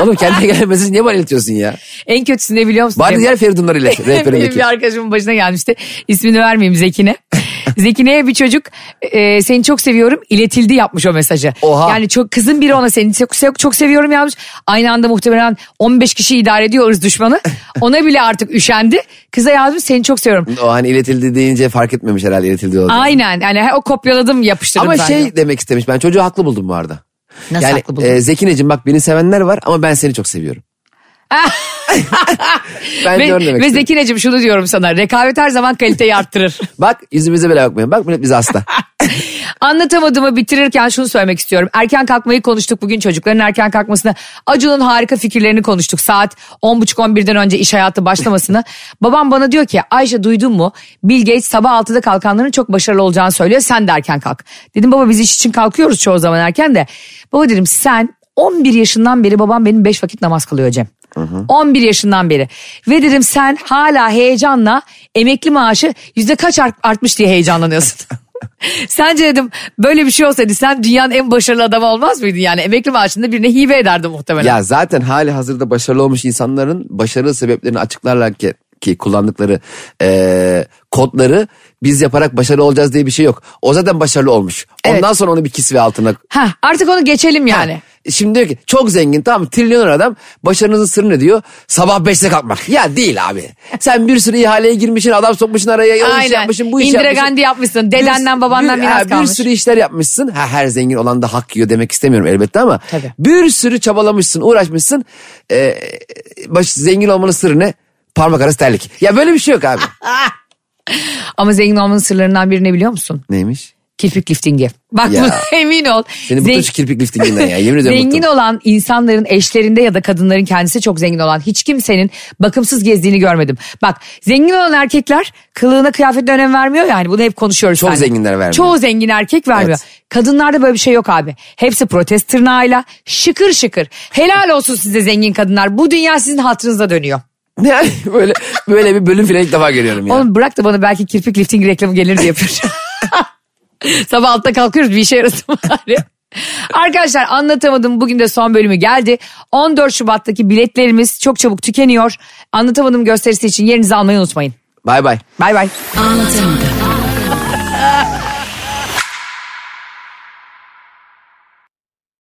[SPEAKER 3] Oğlum kendine gelen mesajı niye bana iletiyorsun ya?
[SPEAKER 2] En kötüsü ne biliyor musun?
[SPEAKER 3] Bari
[SPEAKER 2] Cem?
[SPEAKER 3] diğer Feridunları ilet.
[SPEAKER 2] Benim bir
[SPEAKER 3] Rehberindeki.
[SPEAKER 2] arkadaşımın başına gelmişti. İsmini vermeyeyim Zekine. Zekine'ye bir çocuk e, seni çok seviyorum iletildi yapmış o mesajı.
[SPEAKER 3] Oha.
[SPEAKER 2] Yani çok kızın biri ona seni çok, çok, çok seviyorum yazmış. Aynı anda muhtemelen 15 kişi idare ediyor ırz düşmanı. Ona bile artık üşendi. Kıza yazmış seni çok seviyorum.
[SPEAKER 3] O hani iletildi deyince fark etmemiş herhalde iletildi olduğunu.
[SPEAKER 2] Aynen yani he- o kopyaladım yapıştırdım
[SPEAKER 3] Ama
[SPEAKER 2] ben
[SPEAKER 3] şey
[SPEAKER 2] de.
[SPEAKER 3] demek istemiş ben çocuğu haklı buldum bu arada.
[SPEAKER 2] Nasıl
[SPEAKER 3] yani,
[SPEAKER 2] haklı buldun?
[SPEAKER 3] e, Zekineciğim bak beni sevenler var ama ben seni çok seviyorum. ben de onu
[SPEAKER 2] Ve,
[SPEAKER 3] demek
[SPEAKER 2] ve
[SPEAKER 3] istedim.
[SPEAKER 2] Zekine'cim şunu diyorum sana rekabet her zaman kaliteyi arttırır.
[SPEAKER 3] Bak yüzümüze bile bakmayın. Bak millet bizi hasta.
[SPEAKER 2] Anlatamadığımı bitirirken şunu söylemek istiyorum. Erken kalkmayı konuştuk bugün çocukların erken kalkmasını. Acun'un harika fikirlerini konuştuk. Saat 10.30-11'den önce iş hayatı başlamasını. Babam bana diyor ki Ayşe duydun mu? Bill Gates sabah 6'da kalkanların çok başarılı olacağını söylüyor. Sen de erken kalk. Dedim baba biz iş için kalkıyoruz çoğu zaman erken de. Baba dedim sen 11 yaşından beri babam benim 5 vakit namaz kılıyor Cem. 11 yaşından beri. Ve dedim sen hala heyecanla emekli maaşı yüzde kaç art- artmış diye heyecanlanıyorsun. Sence dedim böyle bir şey olsaydı sen dünyanın en başarılı adamı olmaz mıydın? Yani emekli maaşında birine hibe ederdin muhtemelen.
[SPEAKER 3] Ya zaten hali hazırda başarılı olmuş insanların başarı sebeplerini açıklarlar ki, ki kullandıkları eee, kodları biz yaparak başarılı olacağız diye bir şey yok. O zaten başarılı olmuş. Ondan
[SPEAKER 2] Evet.
[SPEAKER 3] sonra onu bir kisve altına
[SPEAKER 2] Heh, artık onu geçelim yani.
[SPEAKER 3] Şimdi diyor ki çok zengin tamam mı? trilyoner adam başarınızın sırrı ne diyor? Sabah 5'te kalkmak. Ya değil abi. Sen bir sürü ihaleye girmişsin adam sokmuşsun araya o iş
[SPEAKER 2] Aynen.
[SPEAKER 3] yapmışsın bu iş
[SPEAKER 2] İndira
[SPEAKER 3] yapmışsın.
[SPEAKER 2] Gandhi yapmışsın. Dedenden, babandan
[SPEAKER 3] bir,
[SPEAKER 2] miras
[SPEAKER 3] ha,
[SPEAKER 2] kalmış.
[SPEAKER 3] Bir sürü işler yapmışsın. Ha, her zengin olan da hak yiyor demek istemiyorum elbette ama.
[SPEAKER 2] Tabii.
[SPEAKER 3] Bir sürü çabalamışsın uğraşmışsın. Ee, baş, zengin olmanın sırrı ne? Parmak arası terlik. Ya böyle bir şey yok abi.
[SPEAKER 2] Ama zengin olmanın sırlarından biri ne biliyor musun?
[SPEAKER 3] Neymiş?
[SPEAKER 2] Kirpik liftingi. Bak
[SPEAKER 3] Ya.
[SPEAKER 2] buna emin ol.
[SPEAKER 3] Seni bıktım
[SPEAKER 2] Zengin-
[SPEAKER 3] şu kirpik liftinginden ya. Yemin ediyorum
[SPEAKER 2] Zengin
[SPEAKER 3] bıktım.
[SPEAKER 2] olan insanların eşlerinde ya da kadınların kendisi çok zengin olan hiç kimsenin bakımsız gezdiğini görmedim. Bak zengin olan erkekler kılığına kıyafetine önem vermiyor yani bunu hep konuşuyoruz.
[SPEAKER 3] Çoğu
[SPEAKER 2] seninle.
[SPEAKER 3] zenginler vermiyor.
[SPEAKER 2] Çoğu zengin erkek vermiyor. Kadınlarda böyle bir şey yok abi. Hepsi protest tırnağıyla şıkır şıkır. Helal olsun size zengin kadınlar. Bu dünya sizin hatırınıza dönüyor.
[SPEAKER 3] Yani böyle, böyle bir bölüm filan ilk defa görüyorum ya.
[SPEAKER 2] Oğlum bırak da bana belki kirpik lifting reklamı gelir diye yapıyor. Sabah altta kalkıyoruz bir işe yarasın bari. Arkadaşlar anlatamadım bugün de son bölümü geldi. 14 Şubat'taki biletlerimiz çok çabuk tükeniyor. Anlatamadım gösterisi için yerinizi almayı unutmayın.
[SPEAKER 3] Bay bay.
[SPEAKER 2] Bay bay.
[SPEAKER 4] Anlatamadım.